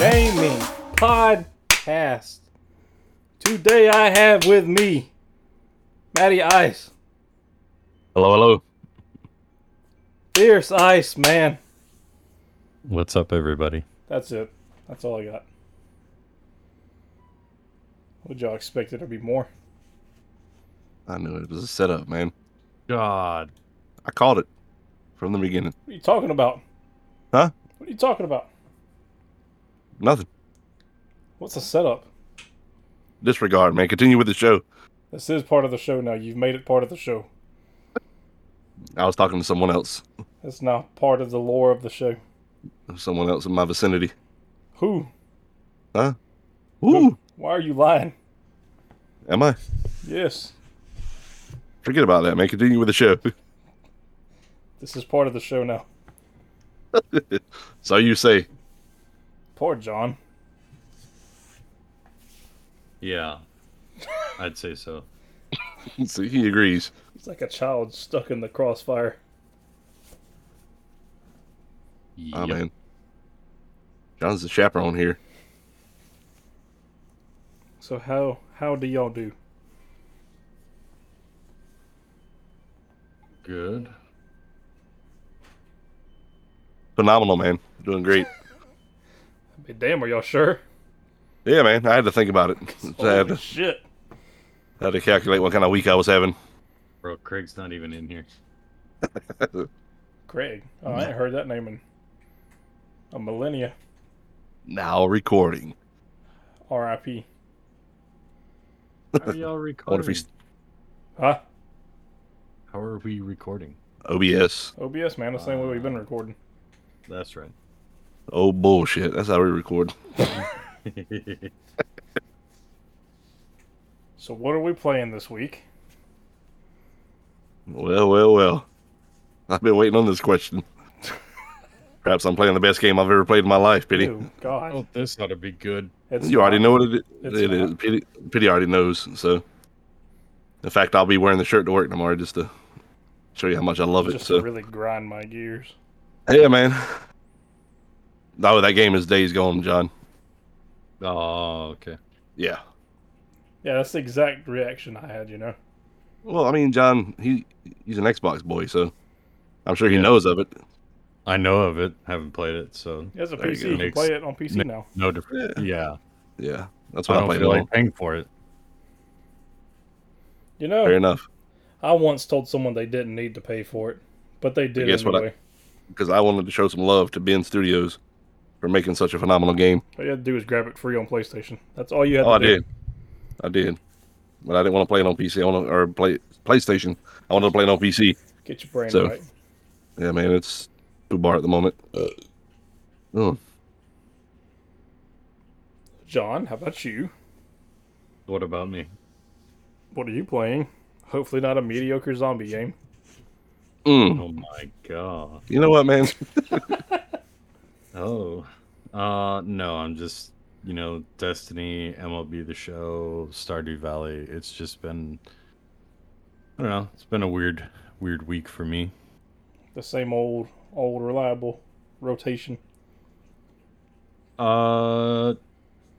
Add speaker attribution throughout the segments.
Speaker 1: Me podcast. Today I have with me Matty Ice,
Speaker 2: Hello, hello.
Speaker 1: Fierce Ice Man.
Speaker 2: What's up, everybody?
Speaker 1: That's it. That's all I got. Would y'all expect it to be more?
Speaker 3: I knew it was a setup, man.
Speaker 2: God.
Speaker 3: I called it from the beginning.
Speaker 1: What are you talking about?
Speaker 3: Huh?
Speaker 1: What are you talking about?
Speaker 3: Nothing.
Speaker 1: What's the setup?
Speaker 3: Disregard, man. Continue with the show.
Speaker 1: This is part of the show now. You've made it part of the show.
Speaker 3: I was talking to someone else,
Speaker 1: It's now part of the lore of the show.
Speaker 3: someone else in my vicinity.
Speaker 1: Who?
Speaker 3: Ooh,
Speaker 2: Hmm.
Speaker 1: Why are you lying?
Speaker 3: am I?
Speaker 1: Yes,
Speaker 3: Forget about that, man. Continue with the show.
Speaker 1: this is part of the show now.
Speaker 3: so you say,
Speaker 1: Poor John.
Speaker 2: Yeah. I'd say so.
Speaker 3: so he agrees.
Speaker 1: He's like a child stuck in the crossfire.
Speaker 3: Oh,
Speaker 2: Yep.
Speaker 3: man. John's the chaperone here.
Speaker 1: So how how do y'all do?
Speaker 2: Good.
Speaker 3: Phenomenal, man. Doing great.
Speaker 1: I mean, damn, are y'all sure?
Speaker 3: yeah, man. I had to think about it. I
Speaker 1: Holy
Speaker 3: had to,
Speaker 1: shit!
Speaker 3: had to calculate what kind of week I was having.
Speaker 2: Bro, Craig's not even in here.
Speaker 1: Craig, oh, I ain't heard that name in a millennia.
Speaker 3: Now recording.
Speaker 1: R.I.P.
Speaker 2: How are y'all
Speaker 3: I wonder if
Speaker 2: recording?
Speaker 3: he's
Speaker 1: Huh?
Speaker 2: How are we recording?
Speaker 3: OBS.
Speaker 1: OBS man, the same way we've been
Speaker 3: Uh.
Speaker 1: recording.
Speaker 2: That's right.
Speaker 3: Oh, bullshit. That's how we record.
Speaker 1: So what are we playing this week?
Speaker 3: Well, well, well. I've been waiting on this question. Perhaps I'm playing the best game I've ever played in my life, Pity.
Speaker 1: Ew, God,
Speaker 2: oh, this ought to be good.
Speaker 1: It's
Speaker 3: You already
Speaker 1: not-
Speaker 3: know what it,
Speaker 1: It's
Speaker 3: it is.
Speaker 1: not.
Speaker 3: Pity, Pity already knows. So, in fact, I'll be wearing the shirt to work tomorrow just to show you how much I love it.
Speaker 1: Just
Speaker 3: So,
Speaker 1: to really grind my gears.
Speaker 3: yeah, man. Oh, that game is days gone, John.
Speaker 2: Oh, okay.
Speaker 3: Yeah.
Speaker 1: Yeah, that's the exact reaction I had. You know,
Speaker 3: Well, I mean, John, he he's an Xbox boy, so I'm sure he
Speaker 2: Yeah.
Speaker 3: knows of it.
Speaker 2: I know of it. Haven't played it, so
Speaker 1: as a
Speaker 3: There you
Speaker 1: PC,
Speaker 3: go.
Speaker 1: you, can
Speaker 2: Makes-
Speaker 1: play it on PC
Speaker 2: ma-
Speaker 1: now.
Speaker 2: no difference. Yeah.
Speaker 3: Yeah, that's
Speaker 2: I
Speaker 3: what I,
Speaker 2: don't
Speaker 3: played it
Speaker 2: feel
Speaker 3: on.
Speaker 2: like paying for it.
Speaker 1: You
Speaker 3: Fair
Speaker 1: know,
Speaker 3: enough,
Speaker 1: I once told someone they didn't need to pay for it, but they did
Speaker 3: guess what I-
Speaker 1: anyway.
Speaker 3: because I wanted to show some love to Ben Studios for making such a phenomenal game.
Speaker 1: All you had to do is grab it free on PlayStation. That's all you had
Speaker 3: Oh,
Speaker 1: to
Speaker 3: I
Speaker 1: do.
Speaker 3: did. I did. But I didn't want to play it on PC. I want to, or play PlayStation. I wanted to play it on PC.
Speaker 1: Get your brain
Speaker 3: So-
Speaker 1: right.
Speaker 3: Yeah, man, it's too bar at the moment. Oh,
Speaker 1: John, how about you?
Speaker 2: What about me?
Speaker 1: What are you playing? Hopefully not a mediocre zombie game.
Speaker 3: mm.
Speaker 2: Oh my god.
Speaker 3: You know what, man?
Speaker 2: Oh. Uh no, I'm just you know, Destiny, MLB the show, Stardew Valley. It's just been I don't know, it's been a weird weird week for me.
Speaker 1: The same old, old reliable rotation.
Speaker 2: Uh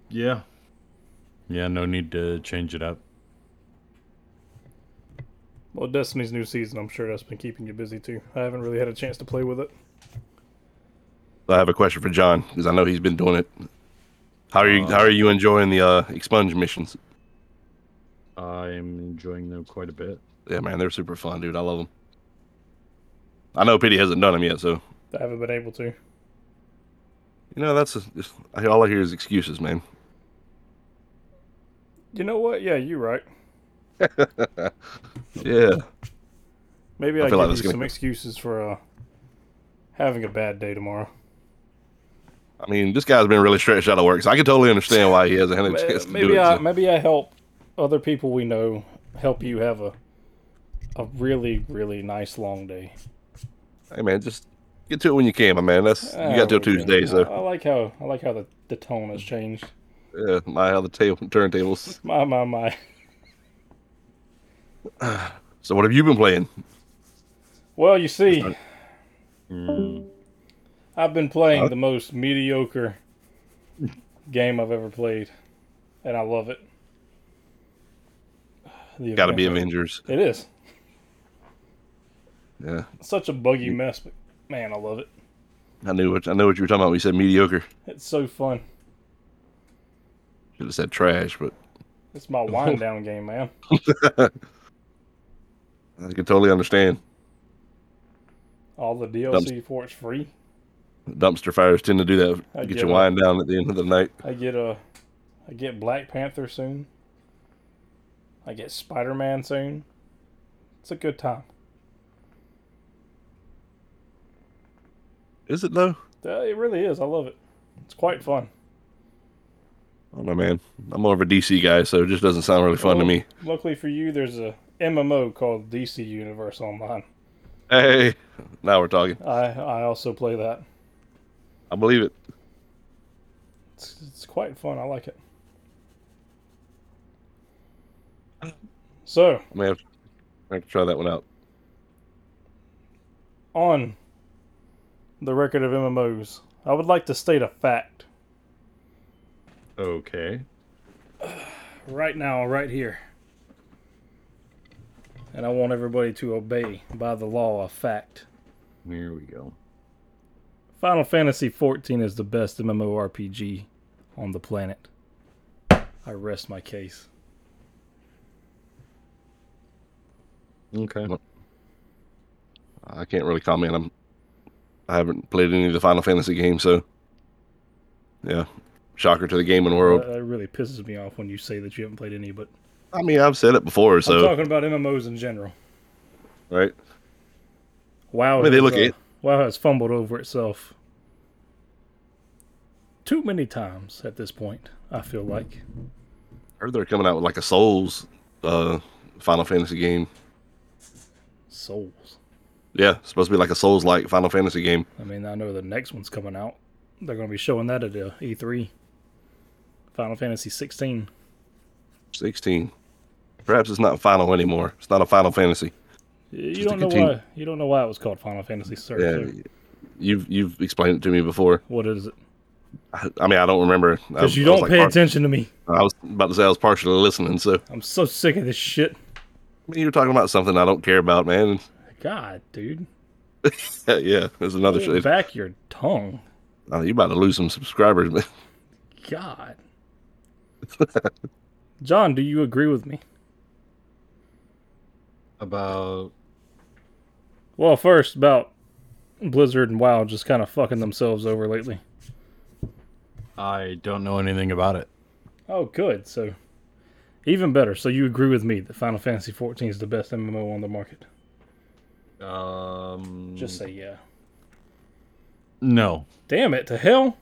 Speaker 2: yeah. Yeah, no need to change it up.
Speaker 1: Well, Destiny's new season, I'm sure that's been keeping you busy too. I haven't really had a chance to play with it.
Speaker 3: I have a question for John because I know he's been doing it. How are you? how are you enjoying the uh, expunge missions?
Speaker 2: I'm enjoying them quite a bit.
Speaker 3: Yeah, man, they're super fun, dude. I love them. I know Pity hasn't done them yet, so
Speaker 1: I haven't been able to.
Speaker 3: you know that's just, all I hear is excuses, man.
Speaker 1: You know what? Yeah, you're right.
Speaker 3: Yeah,
Speaker 1: Maybe
Speaker 3: I
Speaker 1: I,
Speaker 3: feel
Speaker 1: give
Speaker 3: like
Speaker 1: you
Speaker 3: that's gonna
Speaker 1: some
Speaker 3: be-
Speaker 1: excuses for uh, having a bad day tomorrow.
Speaker 3: I mean, this guy's been really stretched out of work, so I can totally understand why he hasn't had a
Speaker 1: Ma-
Speaker 3: chance to do
Speaker 1: Uh, Maybe
Speaker 3: it.
Speaker 1: I
Speaker 3: so-
Speaker 1: maybe I help other people we know help you have a a really really nice long day.
Speaker 3: Hey man, just get to it when you can, my man. That's you got till
Speaker 1: There we go.
Speaker 3: Tuesday,
Speaker 1: Oh, I,
Speaker 3: so
Speaker 1: I like how I like how the, the tone has changed.
Speaker 3: yeah, my other table turntables.
Speaker 1: My my my.
Speaker 3: So what have you been playing?
Speaker 1: Well, you see,
Speaker 2: Mm.
Speaker 1: I've been playing
Speaker 3: Huh?
Speaker 1: the most mediocre game I've ever played, and I love it. The
Speaker 3: Got to be
Speaker 1: Avengers. It
Speaker 3: Avengers.
Speaker 1: is
Speaker 3: Yeah,
Speaker 1: such a
Speaker 3: Mm-hmm.
Speaker 1: buggy mess, but man, I love it.
Speaker 3: I knew what I know what you were talking about. when you said mediocre.
Speaker 1: It's so fun.
Speaker 3: Should have said trash, but
Speaker 1: It's my wind down game, man.
Speaker 3: I can totally understand.
Speaker 1: All the DLC for it's free.
Speaker 3: Dumpster fires tend to do that.
Speaker 1: I
Speaker 3: get
Speaker 1: get
Speaker 3: your
Speaker 1: it.
Speaker 3: wine down at the end of the night.
Speaker 1: I get a, I get Black Panther soon. I get Spider Man soon. It's a good time.
Speaker 3: Is it though?
Speaker 1: Uh, It really is. I love it. It's quite fun.
Speaker 3: I don't know, man. I'm more of a DC guy, so it just doesn't sound really fun to
Speaker 1: Well,
Speaker 3: me.
Speaker 1: Luckily for you, there's a MMO called DC Universe Online.
Speaker 3: Hey, now we're talking.
Speaker 1: I I also play that.
Speaker 3: I believe it.
Speaker 1: It's, it's quite fun. I like it. So
Speaker 3: I may have to, I have to try that one out.
Speaker 1: on the record of MMOs, I would like to state a fact
Speaker 2: Okay.
Speaker 1: right now, right here. And I want everybody to obey by the law a fact.
Speaker 2: Here we go.
Speaker 1: Final Fantasy XIV is the best MMORPG on the planet. I rest my case.
Speaker 2: Okay.
Speaker 3: I can't really comment. I'm I haven't played any of the Final Fantasy games, so yeah. Shocker to the gaming world.
Speaker 1: That, that really pisses me off when you say that you haven't played any, but
Speaker 3: I mean, I've said it before,
Speaker 1: I'm
Speaker 3: so
Speaker 1: talking about MMOs in general.
Speaker 3: right.
Speaker 1: Wow,
Speaker 3: I mean, they
Speaker 1: has, uh,
Speaker 3: look it-
Speaker 1: WoW has fumbled over itself too many times at this point. I feel like
Speaker 3: Heard they're coming out with like a Souls uh Final Fantasy game.
Speaker 1: Souls.
Speaker 3: Yeah, it's supposed to be like a Souls like Final Fantasy game.
Speaker 1: I mean, I know the next one's coming out. They're going to be showing that at uh, E3. Final Fantasy 16.
Speaker 3: Sixteen. Perhaps it's not final anymore. It's not a Final Fantasy.
Speaker 1: You
Speaker 3: Just to
Speaker 1: don't know
Speaker 3: continue-
Speaker 1: why. You don't know why it was called Final Fantasy. Sir,
Speaker 3: Yeah,
Speaker 1: so
Speaker 3: you've you've explained it to me before.
Speaker 1: what is it?
Speaker 3: I, I mean, I don't remember. I
Speaker 1: Because
Speaker 3: was-
Speaker 1: you
Speaker 3: I was
Speaker 1: don't
Speaker 3: like
Speaker 1: pay
Speaker 3: par-
Speaker 1: attention to me.
Speaker 3: I was about to say I was partially listening. So I
Speaker 1: I'm so sick of this shit.
Speaker 3: mean, you're talking about something I don't care about, man.
Speaker 1: God, dude,
Speaker 3: yeah, there's another.
Speaker 1: Hold
Speaker 3: shade.
Speaker 1: back your tongue.
Speaker 3: Oh, you about to lose some subscribers, man.
Speaker 1: God. John, do you agree with me?
Speaker 2: About
Speaker 1: Well, first about Blizzard and WoW just kind of fucking themselves over lately.
Speaker 2: I don't know anything about it.
Speaker 1: Oh, good. So, even better. So you agree with me that Final Fantasy 14 is the best MMO on the market?
Speaker 2: Um
Speaker 1: Just
Speaker 3: Mm.
Speaker 1: say yeah.
Speaker 2: no.
Speaker 1: Damn it to hell!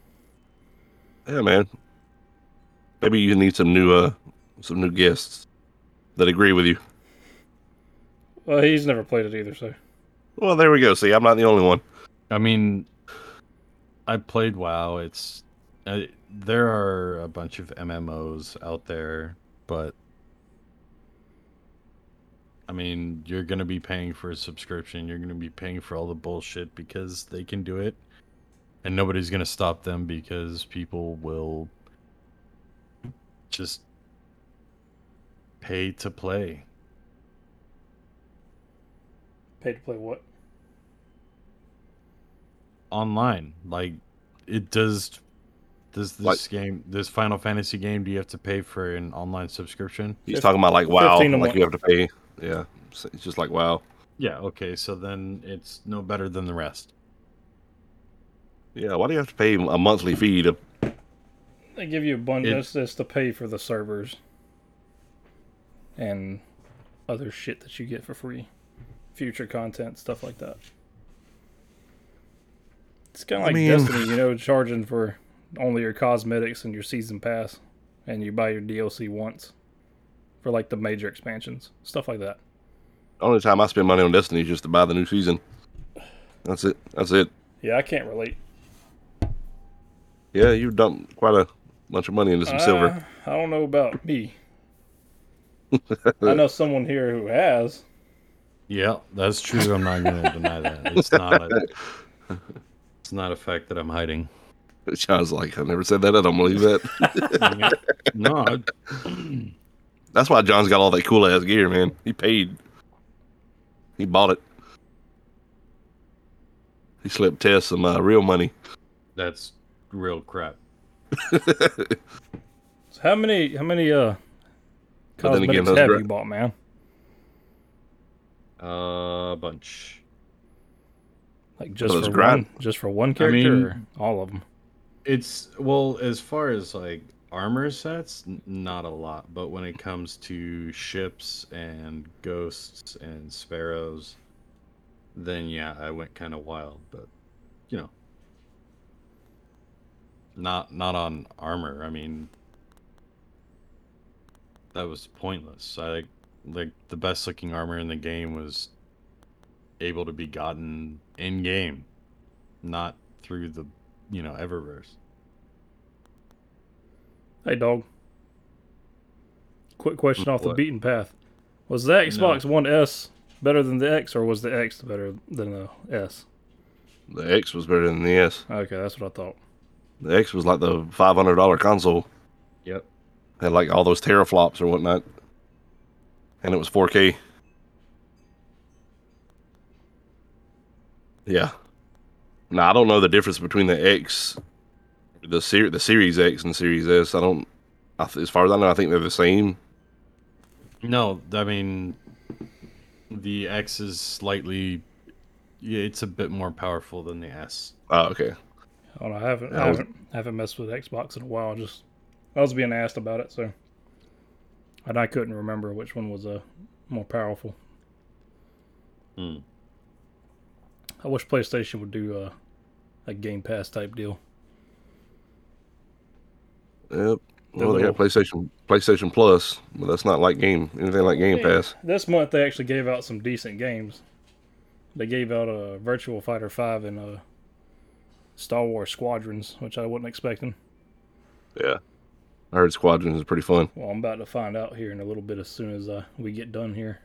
Speaker 3: Yeah, man. Maybe you need some new, uh, some new guests that agree with you.
Speaker 1: Well, he's never played it either, so
Speaker 3: Well, there we go. See, I'm not the only one.
Speaker 2: I mean, I played WoW. It's uh, there are a bunch of MMOs out there, but I mean, you're gonna be paying for a subscription. You're gonna be paying for all the bullshit because they can do it, and nobody's gonna stop them because people will just pay to play.
Speaker 1: paid to play what?
Speaker 2: online. Like it does does this
Speaker 3: Like-
Speaker 2: game this Final Fantasy game do you have to pay for an online subscription?
Speaker 3: He's
Speaker 1: Fif-
Speaker 3: talking about like wow,
Speaker 1: 15 a
Speaker 3: like you have
Speaker 1: month.
Speaker 3: to pay. Yeah, it's it's just like wow.
Speaker 2: Yeah, okay, so then it's no better than the rest.
Speaker 3: Yeah, why do you have to pay a monthly fee to?
Speaker 1: They give you a bundle.
Speaker 2: It-
Speaker 1: That's that's to pay for the servers and other shit that you get for free, future content stuff like that. It's kind
Speaker 3: I
Speaker 1: of like
Speaker 3: mean-
Speaker 1: Destiny, you know, charging for only your cosmetics and your season pass, and you buy your DLC once for like the major expansions, stuff like that.
Speaker 3: Only time I spend money on Destiny is just to buy the new season. That's it. That's it.
Speaker 1: Yeah, I can't relate.
Speaker 3: Yeah, you dumped quite a bunch of money into some silver.
Speaker 1: Uh, I don't know about me. I know someone here who has.
Speaker 2: Yeah, that's true. I'm not gonna deny that. It's not a, it's not a fact that I'm hiding.
Speaker 3: John's like, I never said that. I don't believe that.
Speaker 2: no, I,
Speaker 3: That's why John's got all that cool ass gear, man. He paid. He bought it. He slipped Tess some uh, real money.
Speaker 2: that's real crap.
Speaker 1: So how many how many uh
Speaker 3: But then again,
Speaker 1: cosmetics
Speaker 3: those
Speaker 1: have
Speaker 3: gra-
Speaker 1: you bought, man?
Speaker 2: Uh, bunch.
Speaker 1: Like just
Speaker 3: Oh, those
Speaker 1: for
Speaker 3: grind-
Speaker 1: one, just for one character, or
Speaker 2: mean-
Speaker 1: all of them.
Speaker 2: It's well, as far as like armor sets, n- not a lot. But when it comes to ships and ghosts and sparrows, then yeah, I went kind of wild. But you know, not not on armor. I mean, that was pointless. I like the best looking armor in the game was able to be gotten in game, not through the you know Eververse.
Speaker 1: Hey, dog. Quick question off the
Speaker 2: What?
Speaker 1: beaten path: Was the Xbox One S better than the X, or was the X better than the S?
Speaker 3: The X was better than the S.
Speaker 1: Okay, that's what I thought.
Speaker 3: The X was like the five hundred dollar console.
Speaker 2: Yep.
Speaker 3: Had like all those teraflops or whatnot, and it was four K. Yeah. Now I don't know the difference between the X, the ser- the Series X and Series S. I don't. I th- as far as I know, I think they're the same.
Speaker 2: No, I mean the X is slightly yeah, it's a bit more powerful than the S.
Speaker 3: Oh, okay.
Speaker 1: Oh, I don't know. I haven't, I
Speaker 3: I was-
Speaker 1: haven't, I haven't messed with Xbox in a while. Just I was being asked about it, so and I couldn't remember which one was uh, more powerful.
Speaker 2: Hmm.
Speaker 1: I wish PlayStation would do uh, a Game Pass type deal.
Speaker 3: Yep.
Speaker 1: The
Speaker 3: Well, they got PlayStation PlayStation Plus, but that's not like game anything like Game Pass.
Speaker 1: This month they actually gave out some decent games. They gave out a uh, Virtual Fighter Five and uh, Star Wars Squadrons, which I wasn't expecting.
Speaker 3: Yeah. I heard Squadrons is pretty fun.
Speaker 1: Well, I'm about to find out here in a little bit as soon as uh, we get done here.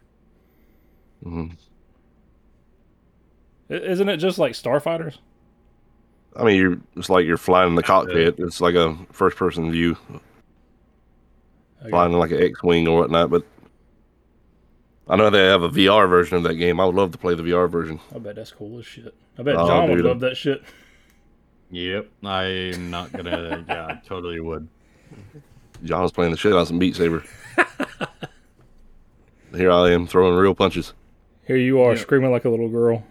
Speaker 3: hmm
Speaker 1: I- isn't it just like Starfighters?
Speaker 3: I mean, you're it's like you're flying in the cockpit. It's like a first person view,
Speaker 1: Okay.
Speaker 3: flying in like an X wing or whatnot. But I know they have a VR version of that game. I would love to play the VR version.
Speaker 1: I bet that's cool as shit. I bet
Speaker 3: Oh,
Speaker 1: John would
Speaker 3: dude.
Speaker 1: love that shit.
Speaker 2: Yep. I'm not gonna yeah, I totally would.
Speaker 3: John was playing the shit out of some Beat Saber. Here I am throwing real punches,
Speaker 1: Here you are
Speaker 2: Yeah.
Speaker 1: screaming like a little girl,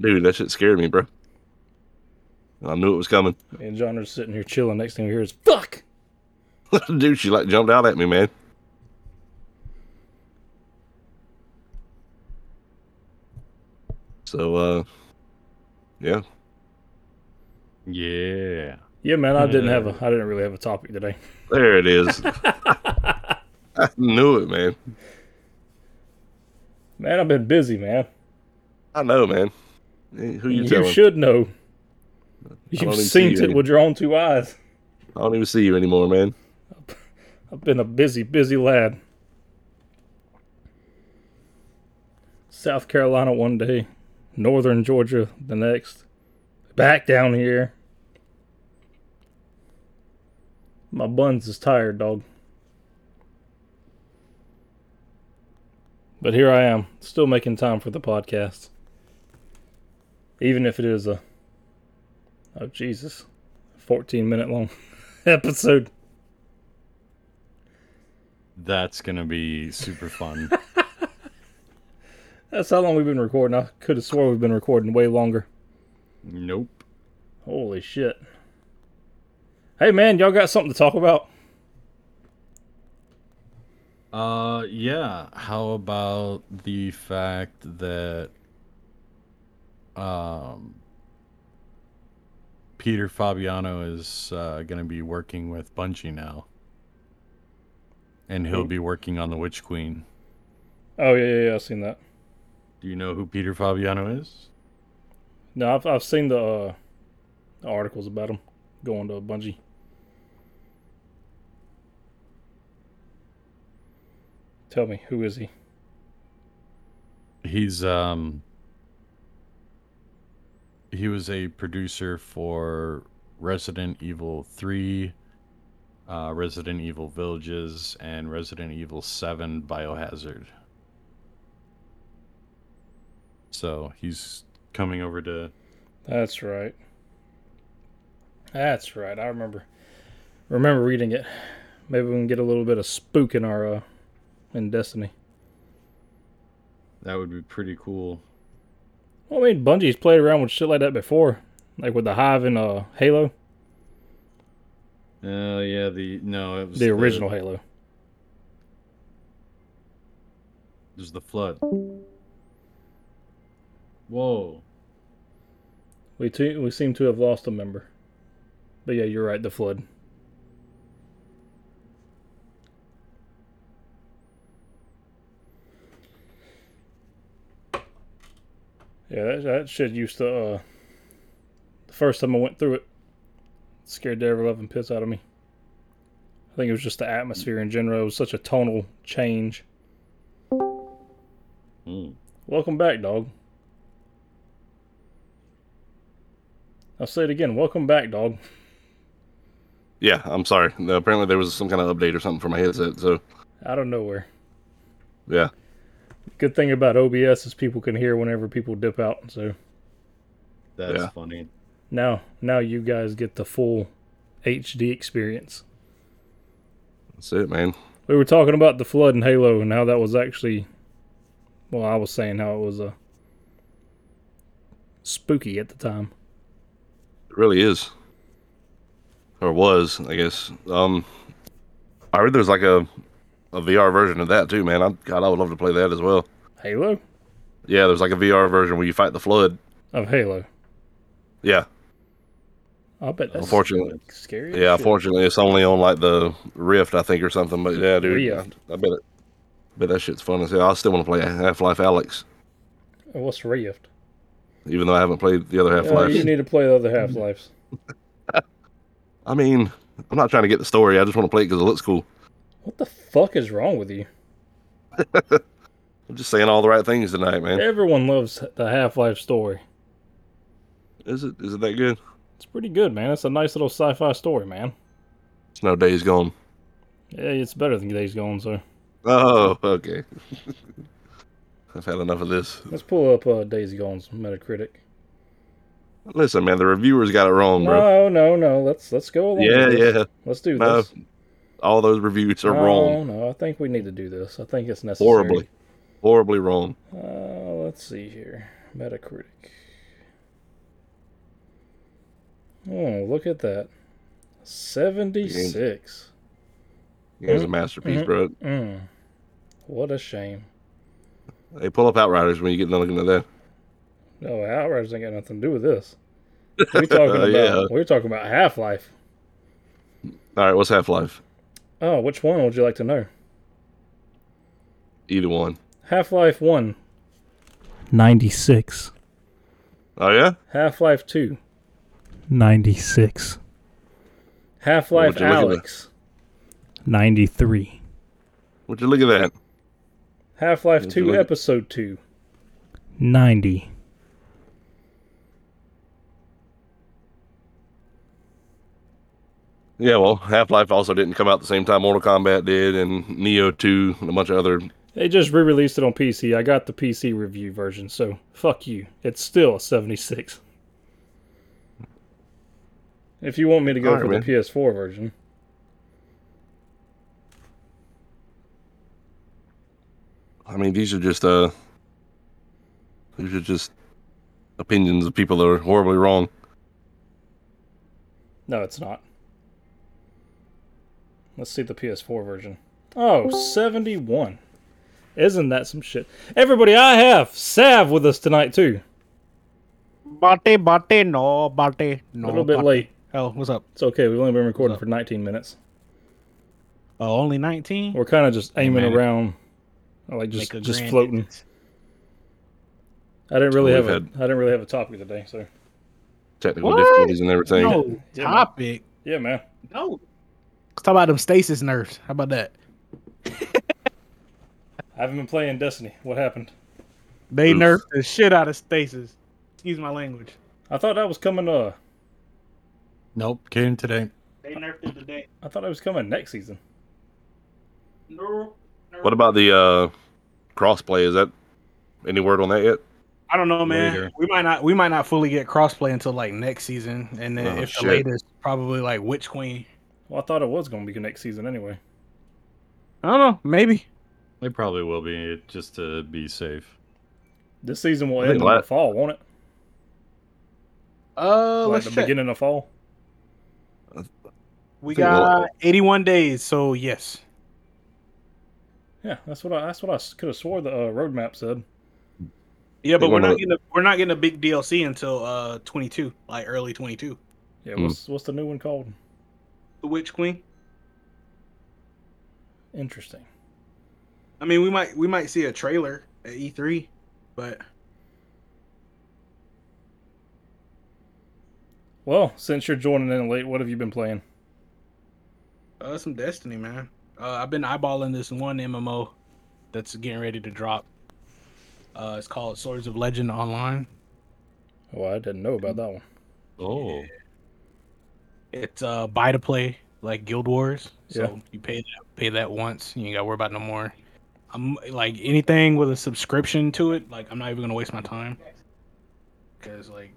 Speaker 3: dude. That shit scared me, bro. I knew it was coming,
Speaker 1: and John is sitting here chilling. Next thing we hear is "fuck."
Speaker 3: dude. She like jumped out at me, man. So, uh, yeah.
Speaker 2: Yeah.
Speaker 1: Yeah, man, I didn't have a,
Speaker 2: Yeah.
Speaker 1: I didn't really have a topic today.
Speaker 3: There it is. I knew it, man.
Speaker 1: Man, I've been busy, man.
Speaker 3: I know, man. Eh, Who you,
Speaker 1: You,
Speaker 3: telling?
Speaker 1: should know.
Speaker 3: don't
Speaker 1: You've
Speaker 3: even see
Speaker 1: seen
Speaker 3: you
Speaker 1: it with your own two eyes.
Speaker 3: I don't even see you anymore, man.
Speaker 1: I've been a busy, busy lad. South Carolina one day, Northern Georgia the next, back down here. My buns is tired, dog. But here I am, still making time for the podcast. Even if it is a, oh Jesus, 14 minute long episode.
Speaker 2: That's gonna be super fun.
Speaker 1: That's how long we've been recording. I could have swore we've been recording way longer.
Speaker 2: nope.
Speaker 1: Holy shit. Hey man, y'all got something to talk about?
Speaker 2: Uh yeah. How about the fact that um Peter Fabiano is uh, going to be working with Bungie now, and he'll
Speaker 1: Who?
Speaker 2: be working on the Witch Queen.
Speaker 1: Oh yeah, yeah, yeah, I've seen that.
Speaker 2: Do you know who Peter Fabiano is?
Speaker 1: No, I've I've seen the, uh, the articles about him going to Bungie. Tell me, who is he?
Speaker 2: He's um he was a producer for Resident Evil 3, uh, Resident Evil Villages, and Resident Evil 7 Biohazard. So he's coming over to.
Speaker 1: That's right. That's right. I remember remember reading it. Maybe we can get a little bit of spook in our uh, in Destiny.
Speaker 2: That would be pretty cool.
Speaker 1: Well, I mean, Bungie's played around with shit like that before, like with the Hive and uh, Halo,
Speaker 2: Oh yeah, the no, it was
Speaker 1: the original Halo.
Speaker 2: It was the flood. Whoa.
Speaker 1: We too, we seem to have lost a member, but yeah, you're right. The flood. Yeah, that, that shit used to. Uh, the first time I went through it, scared the ever loving piss out of me. I think it was just the atmosphere in general. It was such a tonal change.
Speaker 2: Mm.
Speaker 1: Welcome back, dog. I'll say it again. Welcome back, dog.
Speaker 3: Yeah, I'm sorry. No, apparently there was some kind of update or something for my headset. So
Speaker 1: Out of nowhere.
Speaker 3: yeah,
Speaker 1: Good thing about OBS is people can hear whenever people dip out. So
Speaker 2: That's
Speaker 3: Yeah.
Speaker 2: funny.
Speaker 1: now, now you guys get the full HD experience.
Speaker 3: that's it, man.
Speaker 1: We were talking about the flood in Halo and how that was actually, well, I was saying how it was uh, spooky at the time.
Speaker 3: It really is, or was, I guess. Um, I heard there's like a a VR version of that too, man. I, God, I would love to play that as well.
Speaker 1: Halo
Speaker 3: Yeah, there's like a VR version where you fight the flood.
Speaker 1: of Halo.
Speaker 3: Yeah,
Speaker 1: I bet that's
Speaker 3: unfortunately.
Speaker 1: scary. as
Speaker 3: Yeah,
Speaker 1: shit.
Speaker 3: unfortunately, it's only on like the Rift, I think, or something. But yeah, dude,
Speaker 1: Rift.
Speaker 3: I, I bet it. But that shit's fun as hell. I still want to play Half Life Alex,
Speaker 1: And What's Rift?
Speaker 3: even though I haven't played the other Half
Speaker 1: Uh,
Speaker 3: Life.
Speaker 1: you need to play the other Half Lives.
Speaker 3: I mean, I'm not trying to get the story. I just want to play it because it looks cool.
Speaker 1: What the fuck is wrong with you?
Speaker 3: I'm just saying all the right things tonight, man.
Speaker 1: Everyone loves the Half Life story.
Speaker 3: Is it is it that good?
Speaker 1: It's pretty good, man. It's a nice little sci-fi story, man.
Speaker 3: It's no days gone.
Speaker 1: Yeah, it's better than Days Gone, so
Speaker 3: Oh, okay. I've had enough of this.
Speaker 1: let's pull up uh, Days Gone's Metacritic.
Speaker 3: Listen, man, the reviewers got it wrong,
Speaker 1: No,
Speaker 3: bro.
Speaker 1: no, no. Let's let's go along.
Speaker 3: yeah,
Speaker 1: with this.
Speaker 3: yeah.
Speaker 1: Let's do
Speaker 3: No,
Speaker 1: this.
Speaker 3: all those reviews are
Speaker 1: no,
Speaker 3: wrong.
Speaker 1: No, I think we need to do this. I think it's necessary.
Speaker 3: Horribly, horribly wrong.
Speaker 1: Uh, let's see here. Metacritic. Oh, look at that. Seventy-six.
Speaker 3: It was a masterpiece,
Speaker 1: mhm.
Speaker 3: bro.
Speaker 1: Mm. What a shame.
Speaker 3: Hey, pull up Outriders when you get done looking at that.
Speaker 1: No, Outriders ain't got nothing to do with this. We're talking about
Speaker 3: Yeah.
Speaker 1: we're talking about Half Life.
Speaker 3: All right, what's Half Life?
Speaker 1: Oh, which one would you like to know?
Speaker 3: Either E one.
Speaker 1: Half Life 1. 96.
Speaker 3: Oh yeah,
Speaker 1: Half Life 2.
Speaker 4: 96,
Speaker 1: Half Life
Speaker 3: Would you look at
Speaker 1: Alex.
Speaker 4: 93,
Speaker 3: would you look at that?
Speaker 1: Half Life
Speaker 3: you
Speaker 1: 2
Speaker 3: look at-
Speaker 1: Episode 2.
Speaker 4: 90,
Speaker 3: Yeah, well, Half Life also didn't come out the same time Mortal Kombat did, and Neo Two, and a bunch of other.
Speaker 1: They just re released it on PC. I got the PC review version, so fuck you. It's still a 76. If you want me to go
Speaker 3: Alright,
Speaker 1: for
Speaker 3: man.
Speaker 1: the PS4 version,
Speaker 3: I mean, these are just uh, these are just opinions of people that are horribly wrong.
Speaker 1: no, it's not. Let's see the PS4 version. Oh, 71. Isn't that some shit? Everybody, I have Sav with us tonight, too.
Speaker 5: Bate, bate, no, bate,
Speaker 1: A
Speaker 5: no.
Speaker 1: little bit
Speaker 5: bate.
Speaker 1: late.
Speaker 5: Oh, what's up?
Speaker 1: It's okay. We've only been recording
Speaker 5: up?
Speaker 1: for 19 minutes.
Speaker 5: Oh, only 19?
Speaker 1: We're kind of just aiming
Speaker 2: man.
Speaker 1: around, like just
Speaker 5: Make a
Speaker 1: just
Speaker 5: grand
Speaker 1: floating.
Speaker 5: entrance.
Speaker 1: I didn't really
Speaker 3: We've
Speaker 1: have a, I didn't really have a topic today, so
Speaker 3: Technical
Speaker 5: What?
Speaker 3: difficulties and everything.
Speaker 5: No
Speaker 1: Yeah, man.
Speaker 5: topic.
Speaker 1: yeah, man.
Speaker 5: No. Let's talk about them stasis nerves. How about that?
Speaker 1: I haven't been playing Destiny. What happened?
Speaker 5: They
Speaker 3: Oof.
Speaker 5: nerfed the shit out of stasis. Excuse my language.
Speaker 1: I thought that was coming. Uh,
Speaker 2: Nope, came today.
Speaker 6: They nerfed it today.
Speaker 1: I thought it was coming next season.
Speaker 6: No, no.
Speaker 3: What about the uh, crossplay? Is that any word on that yet?
Speaker 5: I don't know, man.
Speaker 2: Later.
Speaker 5: We might not we might not fully get crossplay until like next season, and then
Speaker 3: Oh,
Speaker 5: if the
Speaker 3: shit.
Speaker 5: latest, probably like Witch Queen.
Speaker 1: Well, I thought it was going to be next season anyway.
Speaker 5: I don't know, maybe.
Speaker 2: They probably will be just to be safe.
Speaker 1: This season will
Speaker 3: I
Speaker 1: end
Speaker 3: think
Speaker 1: in the
Speaker 3: la-
Speaker 1: fall, won't it?
Speaker 5: Uh,
Speaker 1: like
Speaker 5: let's
Speaker 1: the
Speaker 5: check.
Speaker 1: beginning of fall.
Speaker 5: We
Speaker 3: think
Speaker 5: got
Speaker 3: we'll-
Speaker 5: 81 days, so yes.
Speaker 1: Yeah, that's what I that's what I could have swore the uh, roadmap said.
Speaker 5: Yeah, but
Speaker 3: Think
Speaker 5: we're
Speaker 3: one of
Speaker 5: not
Speaker 3: the-
Speaker 5: getting a, we're not getting a big DLC until uh 22, like early 22.
Speaker 1: Yeah,
Speaker 3: Hmm.
Speaker 1: what's what's the new one called?
Speaker 5: The Witch Queen.
Speaker 1: Interesting.
Speaker 5: I mean, we might we might see a trailer at E3, but
Speaker 1: Well, since you're joining in late, what have you been playing?
Speaker 5: uh, some Destiny, man. Uh, I've been eyeballing this one MMO that's getting ready to drop. Uh, it's called Swords of Legend Online.
Speaker 1: Oh, I didn't know about that one.
Speaker 2: Oh,
Speaker 5: It's uh buy to play like Guild Wars. So
Speaker 1: Yeah.
Speaker 5: you pay that pay that once. You ain't gotta worry about no more. I'm like anything with a subscription to it, like I'm not even gonna waste my time. Cause like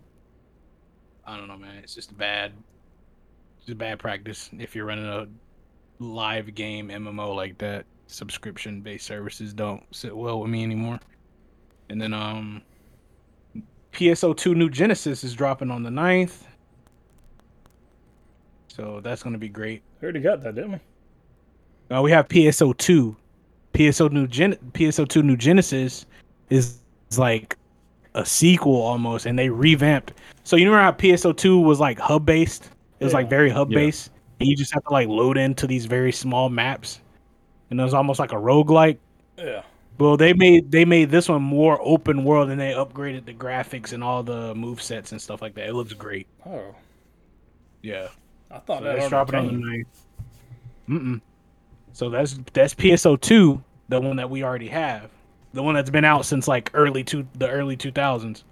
Speaker 5: I don't know man, it's just bad it's a bad practice if you're running a live game MMO like that. Subscription based services don't sit well with me anymore. And then um PSO2 New Genesis is dropping on the 9th. So that's going to be great.
Speaker 1: We already got that, didn't we?
Speaker 5: Uh, we have PSO two, PSO new gen, PSO two new Genesis is, is like a sequel almost, and they revamped. So you remember how PSO two was like hub based? It was
Speaker 1: Yeah.
Speaker 5: like very hub based, and you just have to like load into these very small maps, and it was almost like a roguelike.
Speaker 1: Yeah.
Speaker 5: Well, they made they made this one more open world, and they upgraded the graphics and all the move sets and stuff like that. It looks great.
Speaker 1: Oh,
Speaker 5: Yeah.
Speaker 1: I thought
Speaker 5: So
Speaker 1: that
Speaker 5: that's
Speaker 1: already
Speaker 5: dropping on the
Speaker 1: came.
Speaker 5: ninth. Mm-mm. So that's that's PSO two, the one that we already have, the one that's been out since like early two the early two thousands.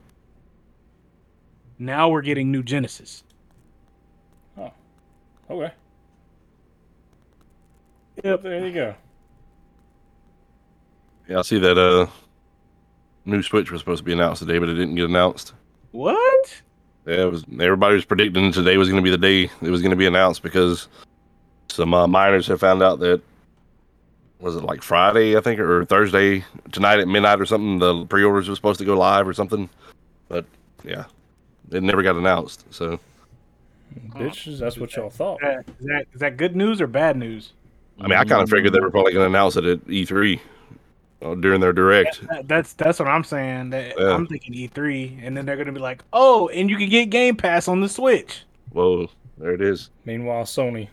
Speaker 5: Now we're getting new Genesis.
Speaker 1: Okay.
Speaker 5: Yep.
Speaker 1: There you go.
Speaker 3: Yeah, I see that uh, new Switch was supposed to be announced today, but it didn't get announced.
Speaker 5: What?
Speaker 3: Yeah, it was everybody was predicting today was going to be the day it was going to be announced because some uh, miners have found out that was it like Friday I think or Thursday tonight at midnight or something the pre-orders were supposed to go live or something, but yeah, it never got announced. So
Speaker 1: Bitches, that's what y'all thought.
Speaker 5: Uh, Is that is that good news or bad news?
Speaker 3: I mean I kind of figured they were probably going to announce it at E3 uh, during their direct.
Speaker 5: That- that's that's what I'm saying. That
Speaker 3: Yeah.
Speaker 5: I'm thinking E three, and then they're gonna be like, oh, and you can get Game Pass on the Switch.
Speaker 3: Whoa, there it is.
Speaker 1: Meanwhile, Sony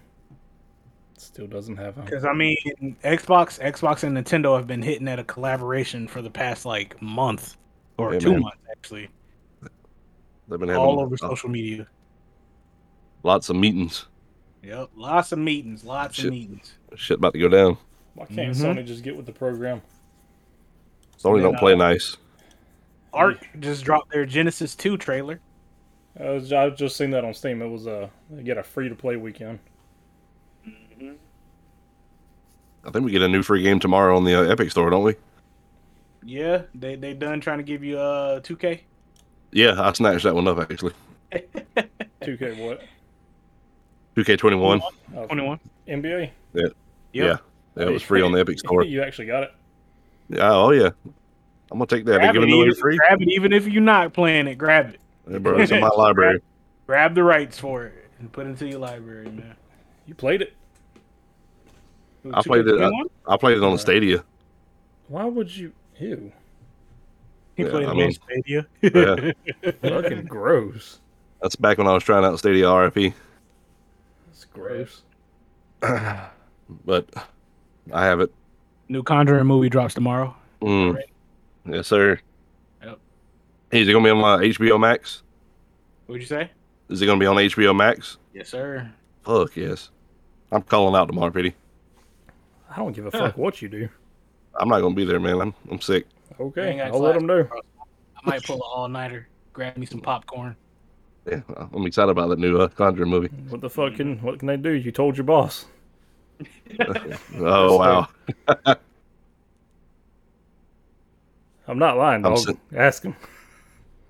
Speaker 1: still doesn't have a
Speaker 5: Because I mean, Xbox, Xbox, and Nintendo have been hitting at a collaboration for the past like month or
Speaker 3: Yeah,
Speaker 5: two
Speaker 3: man.
Speaker 5: months actually,
Speaker 3: They've been having
Speaker 5: all over
Speaker 3: uh,
Speaker 5: social media.
Speaker 3: lots of meetings.
Speaker 5: Yep, lots of meetings, lots
Speaker 3: Shit.
Speaker 5: of meetings.
Speaker 3: Shit about to go down.
Speaker 1: Why can't
Speaker 5: Mhm.
Speaker 1: Sony just get with the program?
Speaker 3: Sony don't
Speaker 5: uh,
Speaker 3: play nice.
Speaker 5: Arc just dropped their Genesis Two trailer.
Speaker 1: I was, I just seen that on Steam. It was a they get a free to play weekend.
Speaker 3: I think we get a new free game tomorrow on the uh, Epic Store, don't we?
Speaker 5: Yeah, they they done trying to give you uh 2K.
Speaker 3: Yeah, I snatched that one up actually.
Speaker 1: 2K what?
Speaker 3: 2K21.
Speaker 1: Uh,
Speaker 5: Twenty one.
Speaker 1: NBA.
Speaker 3: Yeah, yeah, it was free on the Epic Store.
Speaker 1: you actually got it.
Speaker 3: Yeah, oh yeah, I'm gonna take that. They
Speaker 5: Grab
Speaker 3: give
Speaker 5: it,
Speaker 3: it away
Speaker 5: even,
Speaker 3: free.
Speaker 5: grab it even if you're not playing it. Grab it.
Speaker 3: Yeah, bro, it's in my library.
Speaker 5: Grab the rights for it and put it into your library, man.
Speaker 1: You played it.
Speaker 5: It was
Speaker 3: I played it. uh,
Speaker 5: 2K21?
Speaker 3: I played it on Stadia.
Speaker 1: Why would you? Ew.
Speaker 5: He
Speaker 3: Yeah,
Speaker 5: played
Speaker 3: I
Speaker 5: it
Speaker 3: mean-
Speaker 5: on Stadia.
Speaker 3: Yeah.
Speaker 1: Fucking gross.
Speaker 3: That's back when I was trying out Stadia E, RFP,
Speaker 1: That's gross.
Speaker 3: but I have it.
Speaker 5: New Conjuring movie drops tomorrow.
Speaker 3: Mm. Yes, sir.
Speaker 5: Yep.
Speaker 3: Is it gonna be on my HBO Max?
Speaker 5: What'd you say?
Speaker 3: Is it gonna be on HBO Max?
Speaker 5: Yes, sir.
Speaker 3: Fuck yes. I'm calling out tomorrow, Pity.
Speaker 1: I don't give a fuck what you do.
Speaker 3: I'm not gonna be there, man. I'm I'm sick.
Speaker 1: Okay,
Speaker 5: Hang on,
Speaker 1: I'll let
Speaker 5: class.
Speaker 1: them know.
Speaker 5: I might pull an all nighter, grab me some popcorn.
Speaker 3: Yeah, I'm excited about that new uh, Conjuring movie.
Speaker 1: What the fuck can what can they do? You told your boss.
Speaker 3: Oh wow,
Speaker 1: I'm not lying,
Speaker 3: I'm
Speaker 1: dog.
Speaker 3: sit-
Speaker 1: Ask him.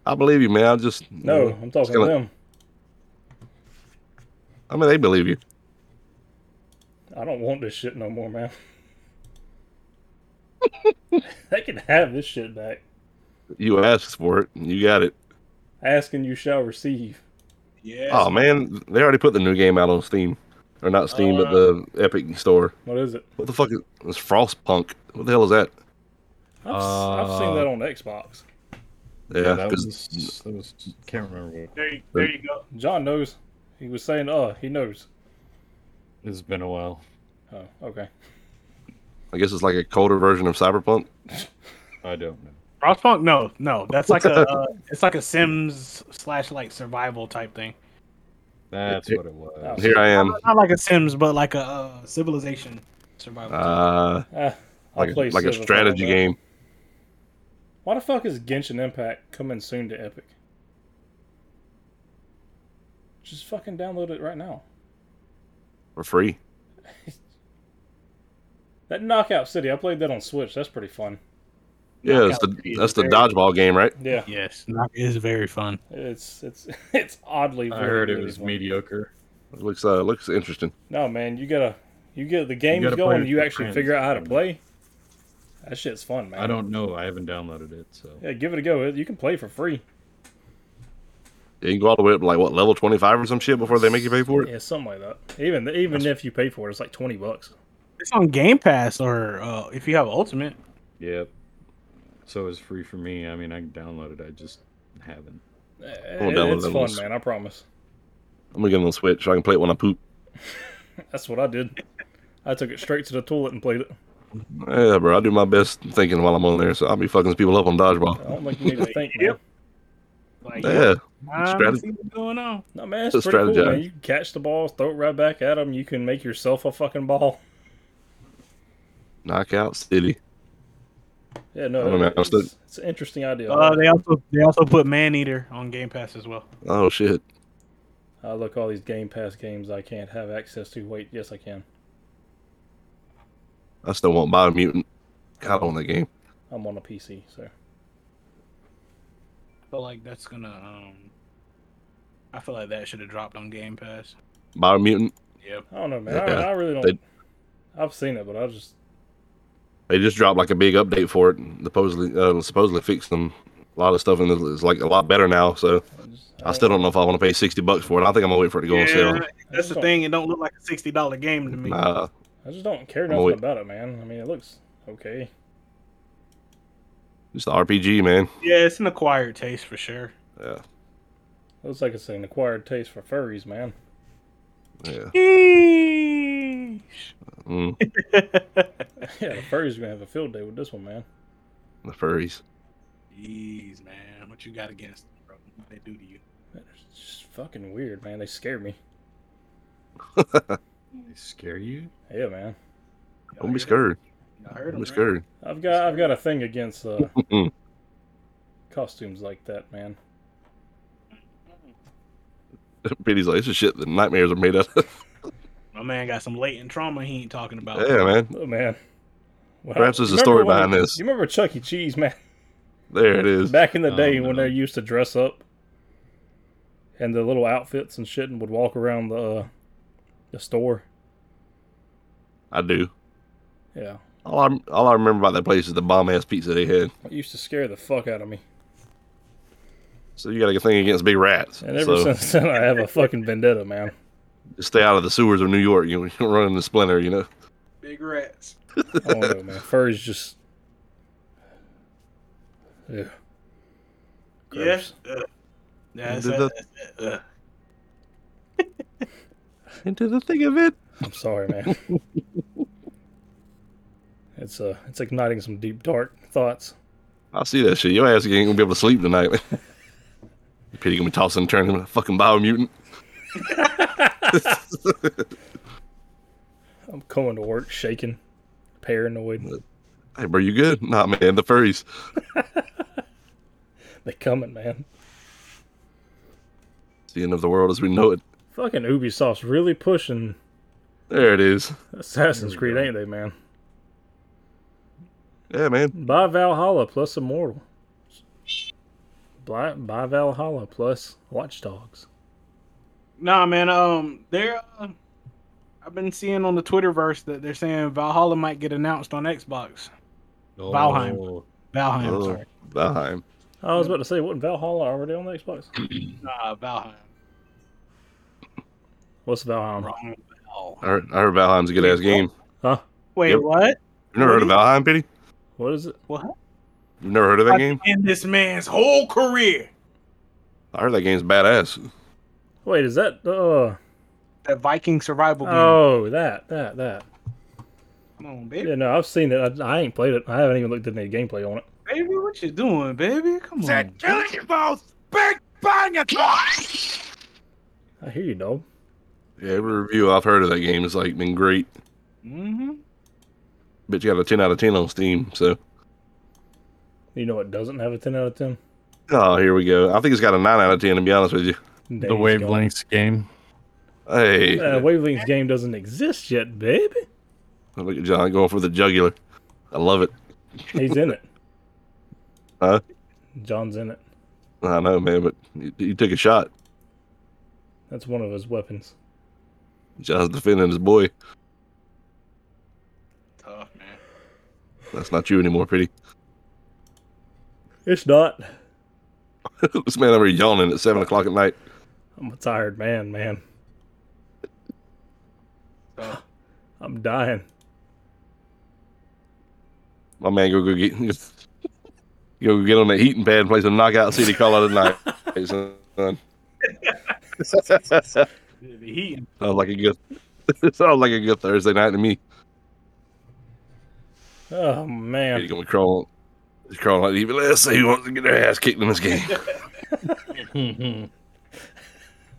Speaker 3: I believe you, man. I just
Speaker 1: No, I'm talking to
Speaker 3: gonna-
Speaker 1: them.
Speaker 3: I mean, they believe you.
Speaker 1: I don't want this shit no more, man. they can have this shit back.
Speaker 3: You asked for it, and you got it.
Speaker 1: Asking you shall receive.
Speaker 5: Yeah.
Speaker 3: Oh man, they already put the new game out on Steam, or not Steam, but the Epic Store.
Speaker 1: What is it?
Speaker 3: What the fuck is it's Frostpunk? What the hell is that?
Speaker 1: I've, s have seen
Speaker 2: Uh,
Speaker 1: that on Xbox.
Speaker 3: Yeah,
Speaker 2: that
Speaker 3: 'cause-
Speaker 2: was, that was can't remember what
Speaker 6: There you, there you go.
Speaker 1: John knows. He was saying, "Uh, he knows."
Speaker 2: it's been a while.
Speaker 1: Oh, okay.
Speaker 3: I guess it's like a colder version of Cyberpunk.
Speaker 2: I don't know.
Speaker 5: Frostpunk? No, no. That's like a uh, it's like a Sims slash like survival type thing.
Speaker 2: That's
Speaker 3: It-
Speaker 2: what it was.
Speaker 1: Oh.
Speaker 3: Here I am,
Speaker 5: Not like a Sims, but like a uh, civilization survival. type.
Speaker 3: uh,
Speaker 1: Ah, I'll
Speaker 3: like a,
Speaker 1: play
Speaker 3: like a
Speaker 1: Civ if I
Speaker 3: strategy
Speaker 1: want that.
Speaker 3: game.
Speaker 1: Why the fuck is Genshin Impact coming soon to Epic? Just fucking download it right now.
Speaker 3: for free.
Speaker 1: That Knockout City, I played that on Switch. That's pretty fun.
Speaker 3: Yeah, that's the, that's the dodgeball game, right?
Speaker 1: Yeah,
Speaker 5: yes, not- it is very fun.
Speaker 1: it's it's it's oddly.
Speaker 2: I
Speaker 1: very,
Speaker 2: heard it
Speaker 1: really
Speaker 2: was
Speaker 1: fun.
Speaker 2: mediocre.
Speaker 3: It looks uh, looks interesting.
Speaker 1: No man, you gotta you get the games
Speaker 2: gotta play
Speaker 1: going.
Speaker 2: with
Speaker 1: You
Speaker 2: your
Speaker 1: actually
Speaker 2: friends.
Speaker 1: figure out how to play. That shit's fun, man.
Speaker 2: I don't know. I haven't downloaded it, so
Speaker 1: Yeah, give it a go. It- You can play for free.
Speaker 3: You can go all the way up to like what level twenty five or some shit before they make you pay for it.
Speaker 1: Yeah, something like that. Even even if you pay for it, it's like twenty bucks.
Speaker 5: It's on Game Pass, or uh, if you have Ultimate.
Speaker 2: yep. So it's free for me. I mean, I can download it. I just haven't.
Speaker 1: It-
Speaker 3: download
Speaker 1: Eh, it's
Speaker 3: that
Speaker 1: fun,
Speaker 3: list.
Speaker 1: man. I promise.
Speaker 3: I'm gonna get it on Switch so I can play it when I poop.
Speaker 1: That's what I did. I took it straight to the toilet and played it.
Speaker 3: Yeah, bro, I do my best thinking while I'm on there, so I'll be fucking people up on
Speaker 1: I
Speaker 3: dodgeball.
Speaker 1: don't think you need to think, man.
Speaker 5: Like,
Speaker 3: Yeah,
Speaker 5: I
Speaker 3: Strat-
Speaker 5: see what's going on.
Speaker 1: No, man, it's
Speaker 3: Just
Speaker 1: pretty cool,
Speaker 3: strategize.
Speaker 1: man. You can catch the ball, throw it right back at them. You can make yourself a fucking ball.
Speaker 3: knockout city.
Speaker 1: Yeah, no,
Speaker 3: I don't know,
Speaker 1: it's,
Speaker 3: it's the-
Speaker 1: it's an interesting idea.
Speaker 5: Uh, they also they also put Man Eater on Game Pass as well.
Speaker 3: Oh shit,
Speaker 1: I look all these Game Pass games I can't have access to. Wait, yes, I can.
Speaker 3: I still want Biomutant. God, on that game.
Speaker 1: I'm on a PC, so
Speaker 5: But like that's gonna, um, I feel like that should have dropped on Game Pass.
Speaker 3: Biomutant.
Speaker 5: Yep.
Speaker 1: I don't know, man.
Speaker 3: Yeah,
Speaker 1: I, I really don't. I've seen it, but I just
Speaker 3: They just dropped like a big update for it. And supposedly, uh, supposedly fixed them. A lot of stuff and it's like a lot better now. So
Speaker 1: I, just,
Speaker 3: I still don't know if I want to pay sixty bucks for it. I think I'm gonna wait for it to go on sale.
Speaker 5: that's the thing. It don't look like a sixty dollar game to me.
Speaker 3: Nah,
Speaker 1: I just don't care
Speaker 3: I'm
Speaker 1: nothing
Speaker 3: always-
Speaker 1: about it, man. I mean, it looks okay.
Speaker 3: just the RPG, man.
Speaker 5: Yeah, it's an acquired taste for sure.
Speaker 3: Yeah,
Speaker 1: Looks like it's an acquired taste for furries, man.
Speaker 3: yeah.
Speaker 5: Yeesh.
Speaker 3: Mm,
Speaker 1: yeah, the furries are gonna have a field day with this one, man.
Speaker 3: the furries.
Speaker 5: Jeez, man, what you got against them, bro? What they do to you?
Speaker 1: It's just fucking weird, man. They scare me.
Speaker 2: They scare you?
Speaker 1: Yeah, man.
Speaker 5: Y'all
Speaker 3: Don't be
Speaker 5: heard
Speaker 3: scared.
Speaker 5: it? Y'all heard
Speaker 3: Don't be
Speaker 5: them, right?
Speaker 3: scared.
Speaker 1: I've got I've got a thing against uh, costumes like that, man.
Speaker 3: Brady's like, this is shit that nightmares are made out of.
Speaker 5: My man got some latent trauma he ain't talking about.
Speaker 3: yeah, man.
Speaker 1: Oh man. Well,
Speaker 3: Perhaps there's a
Speaker 1: remember
Speaker 3: story
Speaker 1: when-
Speaker 3: behind this.
Speaker 1: You remember Chuck E. Cheese, man?
Speaker 3: There it is.
Speaker 1: Back in the day
Speaker 2: Oh,
Speaker 1: when
Speaker 2: no.
Speaker 1: they used to dress up and the little outfits and shit and would walk around the uh, the store.
Speaker 3: I do.
Speaker 1: Yeah.
Speaker 3: All I all I remember about that place is the bomb ass pizza they had.
Speaker 1: It used to scare the fuck out of me.
Speaker 3: So you got a thing against big rats.
Speaker 1: And ever
Speaker 3: so
Speaker 1: since then, I have a fucking vendetta, man.
Speaker 3: just stay out of the sewers of New York. You don't run into Splinter, you know.
Speaker 5: Big rats.
Speaker 1: I don't know, man. Fur is just. Yeah. Gross.
Speaker 5: Yeah. Ugh. Yeah, that's
Speaker 3: Did
Speaker 5: that- that's that. Ugh.
Speaker 3: Into the thick of it.
Speaker 1: I'm sorry, man. it's uh, it's igniting some deep dark thoughts.
Speaker 3: I see that shit. Your ass ain't gonna be able to sleep tonight. Pity gonna be tossing and turning like a fucking biomutant.
Speaker 1: I'm going to work shaking, paranoid.
Speaker 3: Hey bro, you good? Nah man, the furries.
Speaker 1: They coming, man.
Speaker 3: It's the end of the world as we know it.
Speaker 1: Fucking Ubisoft's really pushing
Speaker 3: There it is.
Speaker 1: Assassin's
Speaker 2: There we
Speaker 1: Creed,
Speaker 2: go.
Speaker 1: ain't they, man?
Speaker 3: Yeah, man.
Speaker 1: Buy Valhalla plus Immortal. Buy, buy Valhalla plus Watch Dogs.
Speaker 5: Nah, man. Um, they're. Uh, I've been seeing on the Twitterverse that they're saying Valhalla might get announced on Xbox. Valheim.
Speaker 2: Oh,
Speaker 5: Valheim,
Speaker 3: Oh.
Speaker 5: sorry.
Speaker 3: Valheim.
Speaker 1: I was about to say, wasn't Valhalla already on the Xbox?
Speaker 5: Nah, Valheim.
Speaker 1: What's Valheimer?
Speaker 5: Wrong. Val.
Speaker 3: I heard, I heard Valheim's a good ass game.
Speaker 5: Wait,
Speaker 3: Yep.
Speaker 5: what?
Speaker 3: You never heard of Valheim, Pity?
Speaker 1: What is it?
Speaker 3: You've never heard of that game?
Speaker 5: In this man's whole career,
Speaker 3: I heard that game's badass.
Speaker 1: Wait, is that uh
Speaker 5: that Viking survival game.
Speaker 1: oh that that that?
Speaker 5: Come on, baby,
Speaker 1: Yeah, no, I've seen it. I, I ain't played it. I haven't even looked at any gameplay on it.
Speaker 5: baby, what you doing, baby? Come on.
Speaker 1: I hear you, dog.
Speaker 3: Yeah, every review I've heard of that game has like been great.
Speaker 5: Mm-hmm.
Speaker 3: Bitch got a ten out of ten on Steam, so
Speaker 1: You know it doesn't have a ten out of ten.
Speaker 3: Oh, here we go. I think it's got a nine out of ten to be honest with you.
Speaker 2: the wavelengths game.
Speaker 3: Hey.
Speaker 1: Uh, Wavelengths game doesn't exist yet, baby.
Speaker 3: Look at John going for the jugular. I love it.
Speaker 1: He's in it.
Speaker 3: Huh?
Speaker 1: John's in it.
Speaker 3: I know, man, but you, you took a shot.
Speaker 1: That's one of his weapons.
Speaker 3: John's defending his boy.
Speaker 5: Tough man.
Speaker 3: That's not you anymore, pretty.
Speaker 1: It's not.
Speaker 3: this man over here yawning at seven o'clock at night.
Speaker 1: I'm a tired man, man.
Speaker 5: Tough.
Speaker 1: I'm dying.
Speaker 3: My man, go go get go get on that heating pad and play some knockout city call out at night. Hey, son. Sounds
Speaker 5: The heat.
Speaker 3: like a good. Sounds like a good Thursday night to me.
Speaker 1: Oh
Speaker 3: He's
Speaker 1: man.
Speaker 3: gonna be crawling, he's crawling like even. Let's say he wants to get their ass kicked in this game.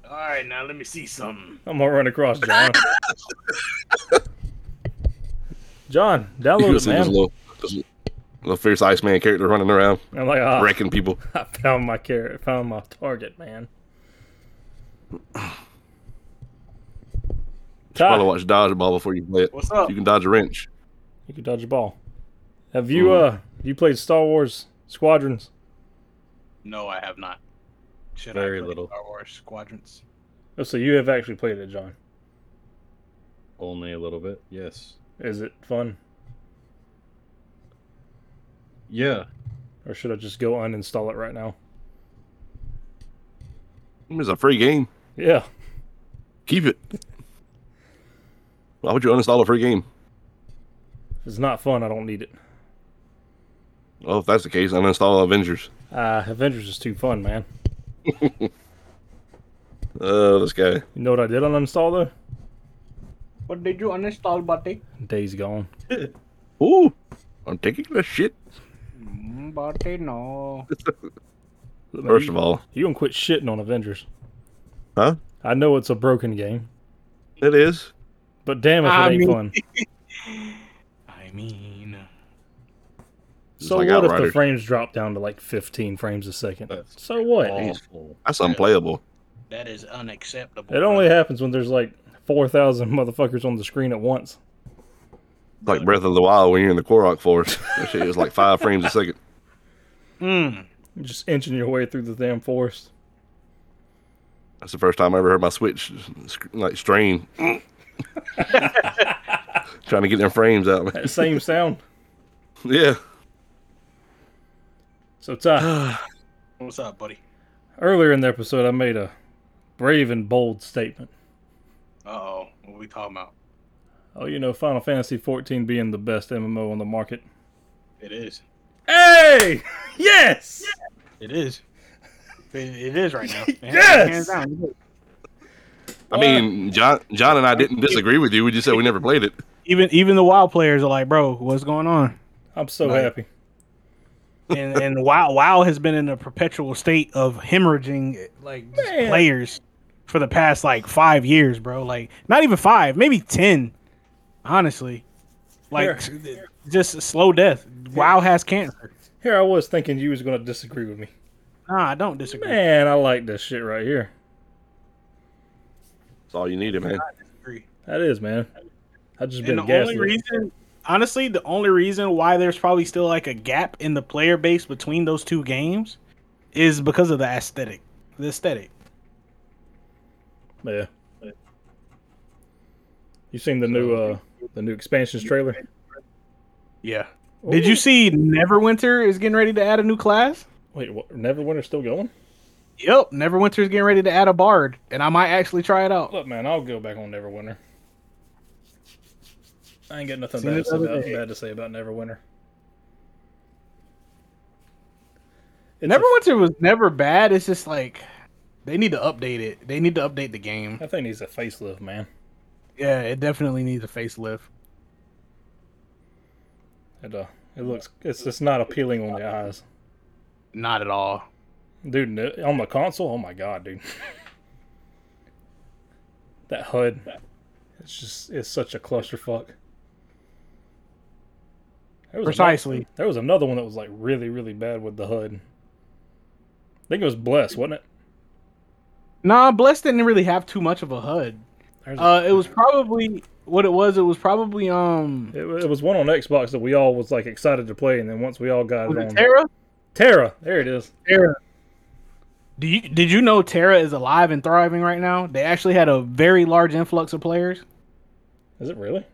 Speaker 5: All right, now let me see something.
Speaker 1: I'm gonna run across John. John,
Speaker 3: You
Speaker 1: download
Speaker 3: gonna
Speaker 1: it,
Speaker 3: see
Speaker 1: man.
Speaker 3: this little, this little fierce Iceman character running around,
Speaker 1: I'm like, ah,
Speaker 3: wrecking people.
Speaker 1: I found my carrot, found my target, man.
Speaker 3: Probably
Speaker 1: Ty,
Speaker 3: watch dodgeball before you play it.
Speaker 5: What's
Speaker 1: Ah.
Speaker 5: up?
Speaker 3: You can dodge a wrench.
Speaker 1: you can dodge a ball. Have you uh you played Star Wars Squadrons?
Speaker 5: No, I have not. Should
Speaker 2: Very
Speaker 5: play
Speaker 2: little.
Speaker 5: Star Wars Squadrons?
Speaker 1: Oh, so you have actually played it, John.
Speaker 2: Only a little bit. Yes.
Speaker 1: Is it fun?
Speaker 2: Yeah.
Speaker 1: Or should I just go uninstall it right now?
Speaker 3: It's a free game.
Speaker 1: Yeah.
Speaker 3: Keep it. Why would you uninstall a free game?
Speaker 1: If it's not fun, I don't need it.
Speaker 3: Well, if that's the case, uninstall Avengers.
Speaker 1: Uh Avengers is too fun, man.
Speaker 3: Oh, this guy.
Speaker 1: You know what I did uninstall
Speaker 5: What did you uninstall, Bati?
Speaker 1: though? Days gone.
Speaker 3: Ooh, I'm taking the shit.
Speaker 5: Mm, Bati, no.
Speaker 3: First of all,
Speaker 1: You gonna quit shitting on Avengers.
Speaker 3: Huh?
Speaker 1: I know it's a broken game,
Speaker 3: it is.
Speaker 1: but damn if it
Speaker 5: I
Speaker 1: ain't
Speaker 5: mean-
Speaker 1: fun.
Speaker 5: I mean,
Speaker 3: It's
Speaker 1: So
Speaker 3: like
Speaker 1: what if the
Speaker 3: Outriders.
Speaker 1: frames drop down to like 15 frames a second?
Speaker 2: That's
Speaker 1: so what?
Speaker 2: awful.
Speaker 3: That's unplayable.
Speaker 5: that is unacceptable.
Speaker 1: It only happens when there's like 4,000 motherfuckers on the screen at once.
Speaker 3: It's like Breath of the Wild when you're in the Korok Forest. That shit is like five frames a second.
Speaker 5: Mm.
Speaker 1: You're just inching your way through the damn forest.
Speaker 3: That's the first time I ever heard my Switch sc- like strain. Trying to get their frames out. man.
Speaker 1: That same sound.
Speaker 3: Yeah.
Speaker 1: So, Ty,
Speaker 5: What's up, buddy?
Speaker 1: earlier in the episode, I made a brave and bold statement.
Speaker 5: Uh oh, what we talking about?
Speaker 1: Oh, you know, Final Fantasy 14 being the best MMO on the market.
Speaker 5: It is.
Speaker 1: Hey! Yes!
Speaker 5: It is. It, it is right now.
Speaker 1: Yes!
Speaker 5: Hands down, it is.
Speaker 3: I mean, John, John and I didn't disagree with you. We just said we never played it.
Speaker 5: Even even the WoW players are like, bro, what's going on?
Speaker 1: I'm so
Speaker 5: Nice.
Speaker 1: happy.
Speaker 5: And and WoW WoW has been in a perpetual state of hemorrhaging like just
Speaker 1: Man.
Speaker 5: players for the past like five years, bro. Like not even five, maybe ten. Honestly, like just slow death. WoW has cancer.
Speaker 1: Here I was thinking you was going to disagree with me.
Speaker 5: Nah, I don't disagree.
Speaker 1: Man, I like this shit right here.
Speaker 3: That's all you needed, man.
Speaker 5: Agree.
Speaker 1: That is, man. I've just
Speaker 5: And
Speaker 1: been
Speaker 5: the
Speaker 1: gaslit.
Speaker 5: only reason, honestly, the only reason why there's probably still like a gap in the player base between those two games is because of the aesthetic. The aesthetic.
Speaker 1: yeah. You seen the new uh the new expansions trailer?
Speaker 5: Yeah. Did you see Neverwinter is getting ready to add a new class?
Speaker 1: Wait, what, Neverwinter's still going?
Speaker 5: Yep, Neverwinter is getting ready to add a bard, and I might actually try it out.
Speaker 1: Look, man, I'll go back on Neverwinter. I ain't got nothing
Speaker 5: Seen
Speaker 1: bad
Speaker 5: it
Speaker 1: to, say
Speaker 5: the
Speaker 1: about,
Speaker 5: other day.
Speaker 1: bad to say about Neverwinter. It's a-
Speaker 5: Neverwinter was never bad. It's just like they need to update it. They need to update the game.
Speaker 1: I think he's a facelift, man.
Speaker 5: Yeah, it definitely needs a facelift.
Speaker 1: It uh, it looks it's it's not appealing on the eyes,
Speaker 5: Not at all.
Speaker 1: dude. no- On the console, oh my god, dude. that HUD, it's just it's such a clusterfuck. There was another-
Speaker 5: Precisely.
Speaker 1: there was another one that was like really really bad with the HUD. I think it was Bless, wasn't it?
Speaker 5: Nah, Blessed didn't really have too much of a HUD.
Speaker 1: There's a-
Speaker 5: Uh, it was probably what it was. It was probably um.
Speaker 1: It, wa- it was one on Xbox that we all was like excited to play, and then once we all got
Speaker 5: Was
Speaker 1: it on
Speaker 5: it Terra?
Speaker 1: Terra, there it is.
Speaker 5: Terra. Do you did you know Terra is alive and thriving right now? They actually had a very large influx of players.
Speaker 1: Is it really?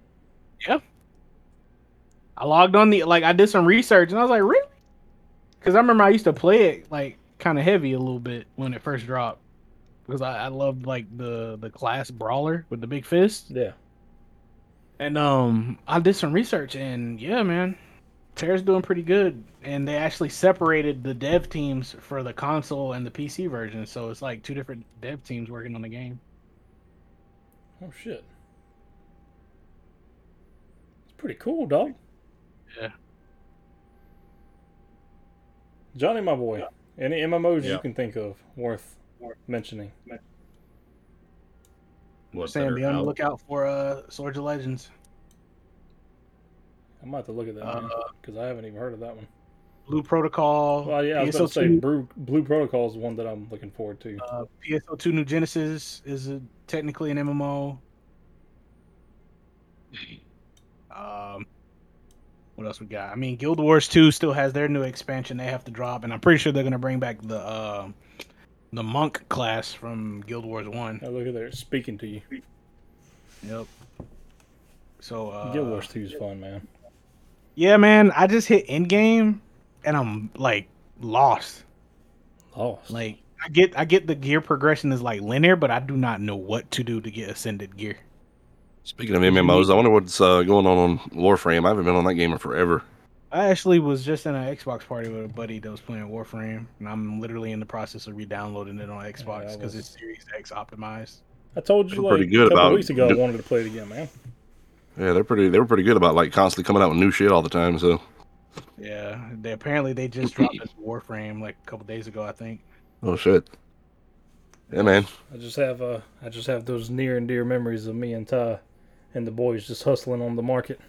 Speaker 5: I logged on the like I did some research and I was like, really? Because I remember I used to play it like kind of heavy a little bit when it first dropped because I, I loved like the the class brawler with the big fist
Speaker 1: Yeah.
Speaker 5: and um I did some research and yeah man, Terra's doing pretty good and they actually separated the dev teams for the console and the PC version so it's like two different dev teams working on the game.
Speaker 1: Oh shit. It's pretty cool, dog.
Speaker 5: Yeah.
Speaker 1: Johnny, my boy. Any MMOs
Speaker 2: Yeah.
Speaker 1: you can think of worth mentioning?
Speaker 2: What
Speaker 5: Saying
Speaker 2: that
Speaker 5: be
Speaker 2: are
Speaker 5: on the
Speaker 2: out?
Speaker 5: lookout for uh Swords of Legends,
Speaker 1: I might have to look at that
Speaker 5: Uh,
Speaker 1: because I haven't even heard of that one.
Speaker 5: Blue Protocol.
Speaker 1: Well, yeah, I was going to
Speaker 5: PSO2
Speaker 1: say Blue, Blue Protocol is one that I'm looking forward to.
Speaker 5: Uh, PSO2 New Genesis is a, technically an MMO. Um, what else we got? I mean, Guild Wars 2 still has their new expansion they have to drop, and I'm pretty sure they're gonna bring back the uh, the monk class from Guild Wars 1.
Speaker 1: Now look at there, it's speaking to you.
Speaker 5: Yep. So uh,
Speaker 1: Guild Wars 2 is fun, man.
Speaker 5: Yeah, man. I just hit end game, and I'm like lost.
Speaker 1: Lost.
Speaker 5: Like I get I get the gear progression is like linear, but I do not know what to do to get ascended gear.
Speaker 3: Speaking of MMOs, I wonder what's uh, going on on Warframe. I haven't been on that game in forever.
Speaker 5: I actually was just in an Xbox party with a buddy that was playing Warframe, and I'm literally in the process of re-downloading it on Xbox
Speaker 1: that was-
Speaker 5: because it's Series X optimized.
Speaker 1: I told you
Speaker 3: I'm
Speaker 1: like
Speaker 3: pretty good
Speaker 1: a couple
Speaker 3: about-
Speaker 1: weeks ago I wanted to play it again, man.
Speaker 3: Yeah, they're pretty. They were pretty good about like constantly coming out with new shit all the time. So
Speaker 5: Yeah, they apparently they just dropped this Warframe like a couple days ago, I think.
Speaker 3: oh shit. Yeah, man.
Speaker 1: I just have uh, I just have those near and dear memories of me and Ty, and the boys just hustling on the market.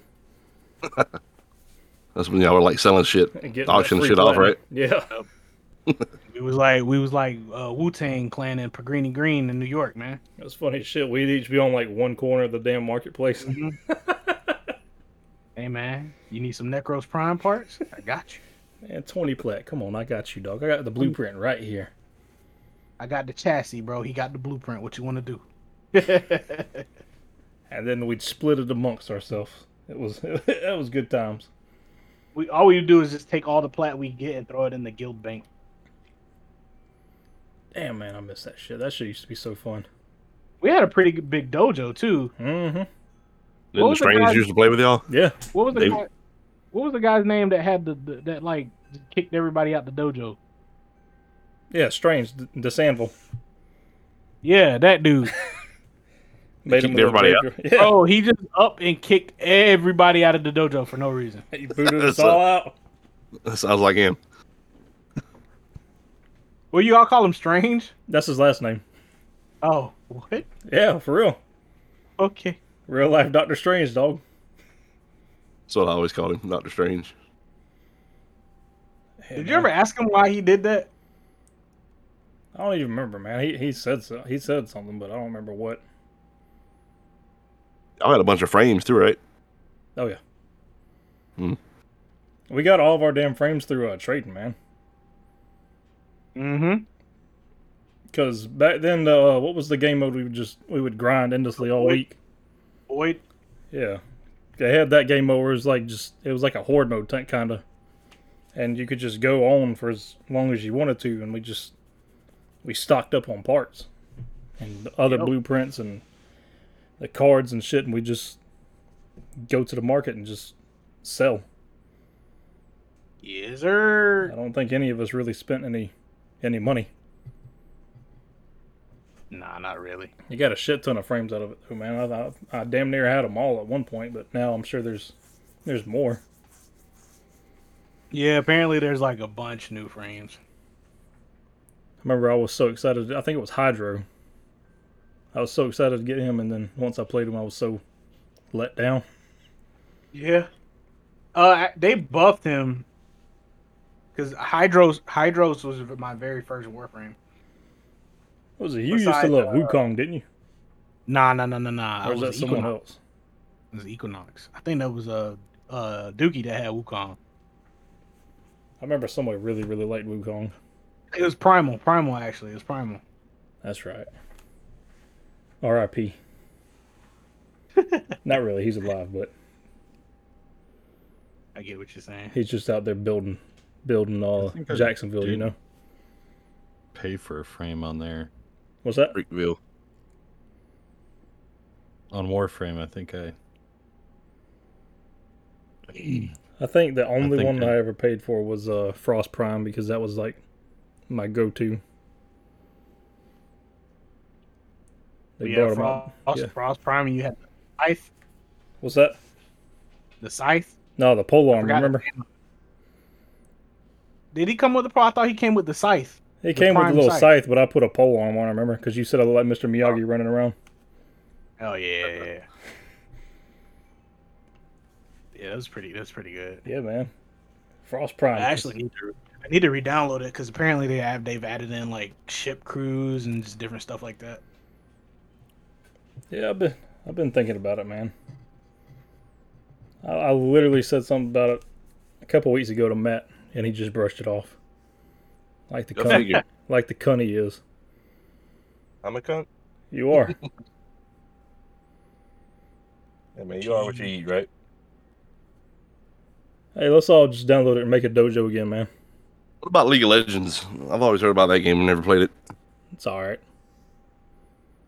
Speaker 3: That's when y'all were like selling shit.
Speaker 1: and getting
Speaker 3: Auction
Speaker 1: that free
Speaker 3: shit off,
Speaker 1: platinum. Yeah.
Speaker 5: It was like we was like uh, Wu Tang Clan and Pagrini Green in New York, man.
Speaker 1: That's funny as shit. We'd each be on like one corner of the damn marketplace.
Speaker 5: Hey man, you need some Necros Prime parts? I got you.
Speaker 1: Man, 20 plat. Come on, I got you, dog. I got the blueprint right here.
Speaker 5: I got the chassis, bro. He got the blueprint. What you want to do?
Speaker 1: And then we'd split it amongst ourselves. It was that was good times.
Speaker 5: we all we do is just take all the plat we get and throw it in the guild bank.
Speaker 1: Damn man, I miss that shit. That shit used to be so fun.
Speaker 5: We had a pretty good- big dojo too.
Speaker 1: Mm-hmm.
Speaker 3: Didn't the
Speaker 5: was the
Speaker 3: strangers
Speaker 5: guy-
Speaker 3: used to play with y'all?
Speaker 1: Yeah.
Speaker 5: What was the
Speaker 3: They-
Speaker 5: guy, what was the guy's name that had the, the that like kicked everybody out the dojo?
Speaker 1: Yeah, strange. The, the Sandville.
Speaker 5: Yeah, that dude.
Speaker 1: Made
Speaker 3: kicked
Speaker 1: him a
Speaker 3: everybody out.
Speaker 1: baker. Yeah.
Speaker 5: Oh, he just up and kicked everybody out of the dojo for no reason.
Speaker 1: He booted us
Speaker 3: That's a-
Speaker 1: all out.
Speaker 3: That sounds like him.
Speaker 5: Well, you all call him strange.
Speaker 1: That's his last name.
Speaker 5: Oh, what?
Speaker 1: Yeah, for real.
Speaker 5: Okay.
Speaker 1: Real life Doctor Strange, dog.
Speaker 3: That's what I always called him, Doctor Strange.
Speaker 5: Did you ever ask him why he did that?
Speaker 1: I don't even remember, man. He he said so. He said something, but I don't remember what.
Speaker 3: I had a bunch of frames too, right?
Speaker 1: Oh yeah.
Speaker 3: Hmm.
Speaker 1: We got all of our damn frames through uh, trading, man.
Speaker 5: Mm-hmm.
Speaker 1: Because back then, uh, what was the game mode we would just we would grind endlessly all
Speaker 5: Wait.
Speaker 1: week?
Speaker 5: Boyd.
Speaker 1: Yeah, they had that game mode where it was like just it was like a horde mode kind of, and you could just go on for as long as you wanted to, and we just we stocked up on parts and the other
Speaker 5: Yep.
Speaker 1: blueprints and the cards and shit, and we just go to the market and just sell.
Speaker 5: Yes,
Speaker 1: I
Speaker 5: sir.
Speaker 1: don't think any of us really spent any any money.
Speaker 5: Nah, not really.
Speaker 1: You got a shit ton of frames out of it, though, man. I, I, I damn near had them all at one point, but now I'm sure there's there's more.
Speaker 5: Yeah, apparently there's like a bunch new frames.
Speaker 1: I remember I was so excited. I think it was Hydro. I was so excited to get him, and then once I played him, I was so let down.
Speaker 5: Yeah. Uh, I- they buffed him because Hydros Hydros was my very first Warframe.
Speaker 1: What was it? You
Speaker 5: Besides,
Speaker 1: used to love
Speaker 5: uh,
Speaker 1: Wukong, didn't you?
Speaker 5: Nah, nah, nah, nah, nah.
Speaker 1: Or
Speaker 5: It
Speaker 1: was that
Speaker 5: was
Speaker 1: someone
Speaker 5: Equinox.
Speaker 1: else?
Speaker 5: It was Equinox. I think that was uh, uh Dookie that had Wukong.
Speaker 1: I remember somebody really, really liked Wukong.
Speaker 5: It was Primal. Primal actually. It was Primal.
Speaker 1: That's right. R.I.P. Not really. He's alive, but
Speaker 5: I get what you're saying.
Speaker 1: he's just out there building, building uh,
Speaker 2: I think I-
Speaker 1: Jacksonville. You
Speaker 2: dude.
Speaker 1: know
Speaker 2: Pay for a frame on there.
Speaker 1: what's that?
Speaker 3: Freakville.
Speaker 2: On Warframe, I think I.
Speaker 1: I think the only
Speaker 2: think
Speaker 1: one
Speaker 2: that-
Speaker 1: I ever paid for was uh, Frost Prime because that was like my go-to. They brought
Speaker 5: yeah,
Speaker 1: 'em out.
Speaker 5: Frost, Frost,
Speaker 1: Yeah.
Speaker 5: Frost Prime, and you had the scythe.
Speaker 1: What's that?
Speaker 5: The scythe.
Speaker 1: No, the pole arm.
Speaker 5: Forgot his
Speaker 1: Remember,
Speaker 5: name. Did he come with the pro? I thought he came with the scythe.
Speaker 1: it came with a
Speaker 5: prime
Speaker 1: little
Speaker 5: scythe.
Speaker 1: scythe. but I put a pole arm on. I remember because you said I looked like Mr. Miyagi running around.
Speaker 5: Oh yeah, yeah, yeah. Yeah, that's pretty. That's pretty good.
Speaker 1: Yeah, man. Frost Prime.
Speaker 5: I actually need to. I need to re-download it because apparently they have they've added in like ship crews and just different stuff like that.
Speaker 1: Yeah, I've been I've been thinking about it, man. I, I literally said something about it a couple weeks ago to Matt, and he just brushed it off. Like the
Speaker 3: Go
Speaker 1: cunt,
Speaker 3: figure.
Speaker 1: like the cunt he is.
Speaker 3: I'm a cunt.
Speaker 1: You are.
Speaker 3: I mean, you are what you eat, right?
Speaker 1: Hey, let's all just download it and make a dojo again, man.
Speaker 3: What about League of Legends? I've always heard about that game and never played it.
Speaker 1: It's all right.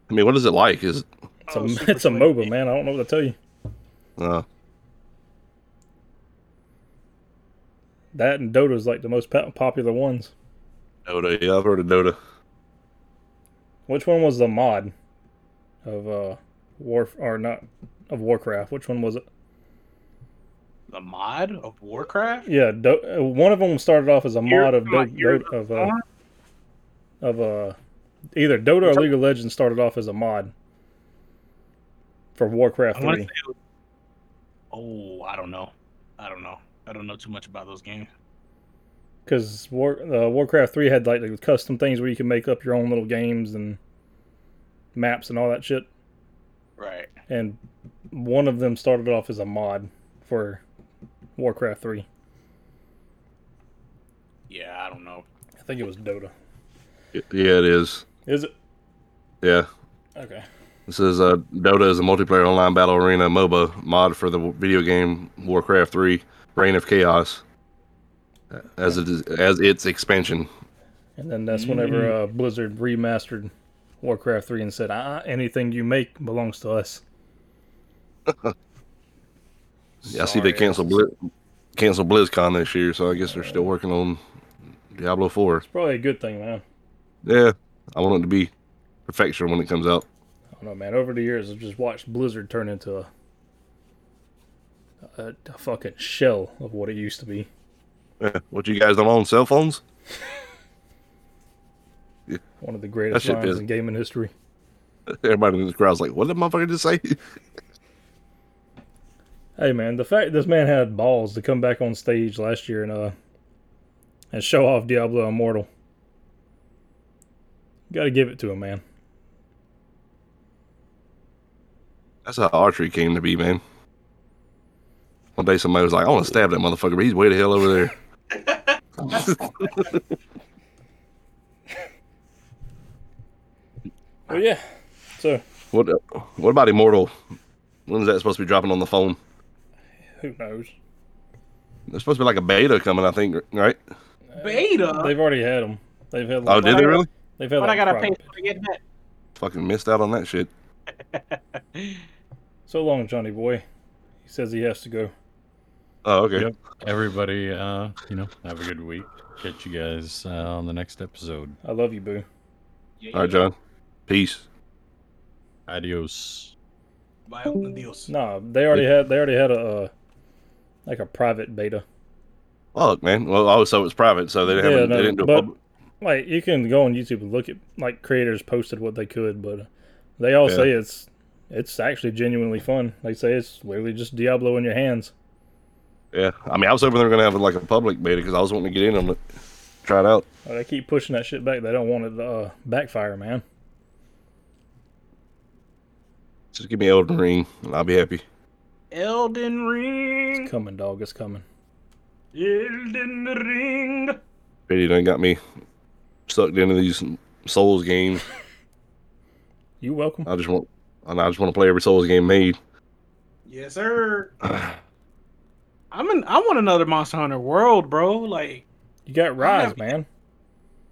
Speaker 3: I mean, what is it like? Is
Speaker 1: It's a
Speaker 5: Oh, Super
Speaker 1: it's a
Speaker 5: Slick.
Speaker 1: MOBA, man. I don't know what to tell you.
Speaker 3: uh,
Speaker 1: That and Dota is like the most po- popular ones.
Speaker 3: Dota? Yeah, I've heard of Dota.
Speaker 1: Which one was the mod of uh War or not of Warcraft? Which one was it?
Speaker 5: The mod of Warcraft.
Speaker 1: Yeah, do- uh, one of them started off as a
Speaker 5: Year-
Speaker 1: mod of
Speaker 5: my
Speaker 1: do-
Speaker 5: Year
Speaker 1: do- of uh, of uh either Dota or League of Legends started off as a mod for Warcraft
Speaker 5: I wanna
Speaker 1: Three.
Speaker 5: say it was- Oh, I don't know. I don't know. I don't know too much about those games.
Speaker 1: because War uh, Warcraft Three had like the custom things where you can make up your own little games and maps and all that shit.
Speaker 5: Right.
Speaker 1: And one of them started off as a mod for Warcraft Three.
Speaker 5: Yeah, I don't know.
Speaker 1: I think it was Dota.
Speaker 3: Yeah, it is.
Speaker 1: Is it
Speaker 3: Yeah.
Speaker 1: okay?
Speaker 3: This is uh, Dota is a multiplayer online battle arena MOBA mod for the video game Warcraft 3 Reign of Chaos uh, as it is, as its expansion.
Speaker 1: And then that's whenever uh, Blizzard remastered Warcraft Three and said, "Ah, anything you make belongs to us."
Speaker 3: Yeah, I see they
Speaker 1: Sorry.
Speaker 3: canceled Blizz, canceled BlizzCon this year, so I guess they're still working on Diablo 4.
Speaker 1: Probably a good thing, man.
Speaker 3: Yeah, I want it to be perfection when it comes out.
Speaker 1: I don't know, man. Over the years, I've just watched Blizzard turn into a, a, a fucking shell of what it used to be.
Speaker 3: Yeah, what you guys don't own cell phones?
Speaker 1: One of the
Speaker 3: That
Speaker 1: greatest
Speaker 3: shit
Speaker 1: lines
Speaker 3: is-
Speaker 1: in gaming history.
Speaker 3: Everybody in the crowd's like, "What did motherfucker just say?"
Speaker 1: Hey man, the fact this man had balls to come back on stage last year and uh and show off Diablo Immortal. Gotta give it to him, man.
Speaker 3: That's how archery came to be, man. One day somebody was like, I want to stab that motherfucker, but he's way the hell over there.
Speaker 1: Well, yeah. So
Speaker 3: What what about Immortal? When is that supposed to be dropping on the phone?
Speaker 1: who knows?
Speaker 3: There's supposed to be like a beta coming, I think, right?
Speaker 5: Uh,
Speaker 1: They've
Speaker 6: Beta.
Speaker 1: already had them. They've had.
Speaker 3: Oh, did they really?
Speaker 1: They've had.
Speaker 6: But I
Speaker 1: like,
Speaker 6: gotta pay
Speaker 1: private-
Speaker 6: to get that.
Speaker 3: Fucking missed out on that shit.
Speaker 1: So long, Johnny boy. He says he has to go.
Speaker 3: Oh, okay.
Speaker 2: Yep. Everybody, uh, you know, have a good week. Catch you guys uh, on the next episode.
Speaker 1: I love you, boo.
Speaker 3: All right, John. Peace.
Speaker 2: Adios.
Speaker 5: Buy up the deals.
Speaker 1: Nah, they already had. They already had a uh, like a private beta.
Speaker 3: Fuck, man. Well, oh, so it's private, so they didn't,
Speaker 1: Yeah,
Speaker 3: have a,
Speaker 1: no,
Speaker 3: they didn't do a
Speaker 1: but-
Speaker 3: public.
Speaker 1: Like you can go on YouTube and look at like creators posted what they could, but uh, they all
Speaker 3: Yeah.
Speaker 1: say it's it's actually genuinely fun. They say it's literally just Diablo in your hands.
Speaker 3: Yeah, I mean, I was hoping they were gonna have like a public beta because I was wanting to get in on it, try it out.
Speaker 1: Uh, they keep pushing that shit back. They don't want it to uh, backfire, man.
Speaker 3: Just give me Elden Ring, and I'll be happy.
Speaker 5: Elden Ring.
Speaker 1: It's coming, dog. It's coming.
Speaker 5: Elden Ring.
Speaker 3: Pity done got me sucked into these Souls games.
Speaker 1: You welcome.
Speaker 3: I just want, and I just want to play every Souls game made.
Speaker 5: Yes, sir. I'm in. I want another Monster Hunter World, bro. Like,
Speaker 1: You got Rise, man.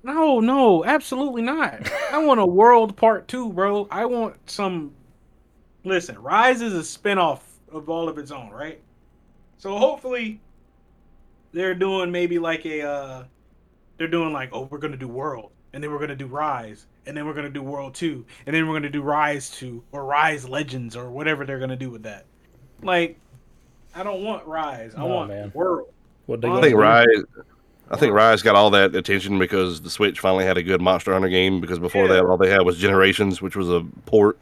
Speaker 5: no, no, absolutely not. I want a World Part Two, bro. I want some. Listen, Rise is a spinoff of all of its own, right? So hopefully, they're doing maybe like a. uh They're doing like, oh, we're gonna do World, and then we're gonna do Rise, and then we're gonna do World Two, and then we're gonna do Rise Two or Rise Legends or whatever they're gonna do with that. Like, I don't want Rise. I
Speaker 1: Nah,
Speaker 5: want
Speaker 1: man.
Speaker 5: World.
Speaker 1: What they
Speaker 5: I
Speaker 3: I
Speaker 1: gonna
Speaker 3: think
Speaker 1: do?
Speaker 3: Rise, I think Rise got all that attention because the Switch finally had a good Monster Hunter game. Because before
Speaker 5: Yeah.
Speaker 3: that, all they had was Generations, which was a port.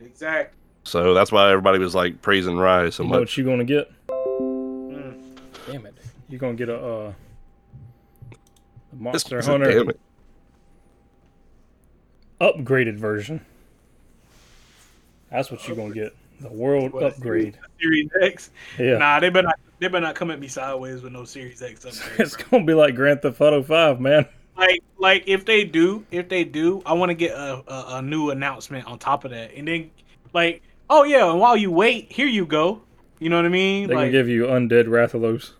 Speaker 5: Exactly.
Speaker 3: So that's why everybody was like praising Rise so
Speaker 1: You know
Speaker 3: much.
Speaker 1: what you gonna get?
Speaker 5: Mm.
Speaker 1: Damn it! You gonna get a, uh, a
Speaker 3: This-
Speaker 1: Monster
Speaker 3: this is-
Speaker 1: Hunter
Speaker 3: damn it.
Speaker 1: upgraded version. That's what you're gonna get. The world
Speaker 5: What?
Speaker 1: upgrade.
Speaker 5: Series X.
Speaker 1: Yeah.
Speaker 5: Nah, they better not, they better not come at me sideways with no Series X upgrade.
Speaker 1: It's
Speaker 5: bro.
Speaker 1: gonna be like Grand Theft Auto Five, man.
Speaker 5: like like if they do, if they do, I want to get a, a a new announcement on top of that, and then like oh yeah, and while you wait, here you go. You know what I mean?
Speaker 1: They
Speaker 5: like
Speaker 1: can give you undead Rathalos.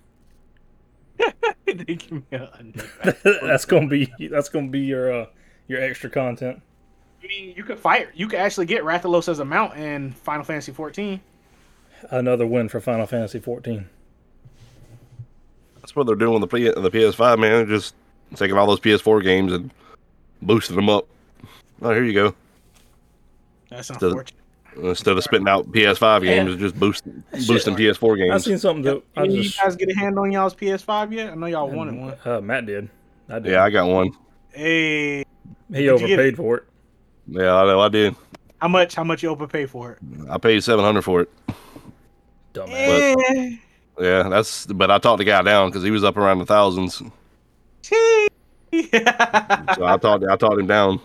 Speaker 5: they give me a-
Speaker 1: that's gonna be that's gonna be your uh, your extra content.
Speaker 5: I mean, you could fire. You could actually get Rathalos as a mount in Final Fantasy 14.
Speaker 1: Another win for Final Fantasy 14.
Speaker 3: That's what they're doing with the P- the PS5, man. They're just taking all those PS4 games and boosting them up. Oh, here you go.
Speaker 5: That's
Speaker 3: Doesn't-
Speaker 5: unfortunate.
Speaker 3: Instead of spitting out PS5 games, just boosting boosting PS4
Speaker 1: I
Speaker 3: games.
Speaker 1: seen something that I
Speaker 5: Did
Speaker 1: just
Speaker 5: you guys get a hand on y'all's PS5 yet? I know y'all wanted one.
Speaker 1: uh, Matt did. I did.
Speaker 3: Yeah, I got one.
Speaker 1: he
Speaker 5: Hey, you get it?
Speaker 1: overpaid for it.
Speaker 3: Yeah, I know. I did.
Speaker 5: how much? How much you overpay for it?
Speaker 3: I paid seven hundred for it.
Speaker 1: Dumbass.
Speaker 5: Eh,
Speaker 3: Yeah, that's. But I talked the guy down because he was up around the thousands. So
Speaker 5: gee.
Speaker 3: I talked. I talked him down.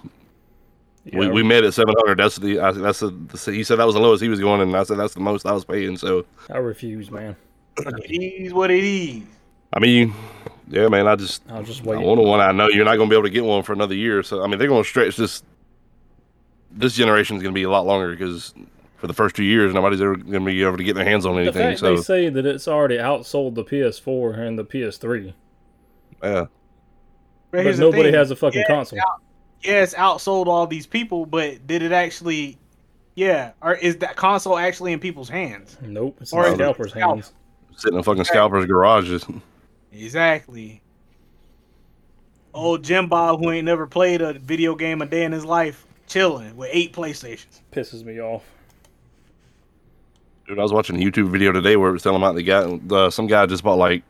Speaker 3: we,
Speaker 1: Yeah.
Speaker 3: we met at seven hundred. That's the. I, that's the, the. He said that was the lowest he was going, and I said that's the most I was paying. So
Speaker 1: I refuse, man.
Speaker 5: it is what it is.
Speaker 3: I mean, yeah, man. I just
Speaker 1: I'll just
Speaker 3: I
Speaker 1: wait.
Speaker 3: want one. I know you're not going to be able to get one for another year. So I mean, they're going to stretch this. This generation is going to be a lot longer because for the first two years, nobody's ever going to be able to get their hands on
Speaker 1: The
Speaker 3: anything.
Speaker 1: fact they
Speaker 3: So
Speaker 1: say that it's already outsold the PS4 and the PS3,
Speaker 3: yeah,
Speaker 5: But
Speaker 1: but
Speaker 5: here's the
Speaker 1: nobody
Speaker 5: thing.
Speaker 1: has a fucking console.
Speaker 5: yeah, it's outsold all these people, but did it actually? Yeah, or is that console actually in people's hands?
Speaker 1: Nope, it's
Speaker 5: Or
Speaker 1: in
Speaker 5: is it
Speaker 1: scalper's
Speaker 5: scalp?
Speaker 1: hands.
Speaker 3: sitting in fucking scalper's garage. Is,
Speaker 5: Exactly. Old Jim Bob, who ain't never played a video game a day in his life, chilling with eight PlayStations.
Speaker 1: Pisses me off.
Speaker 3: dude, I was watching a YouTube video today where it was telling about the guy. The, some guy just bought like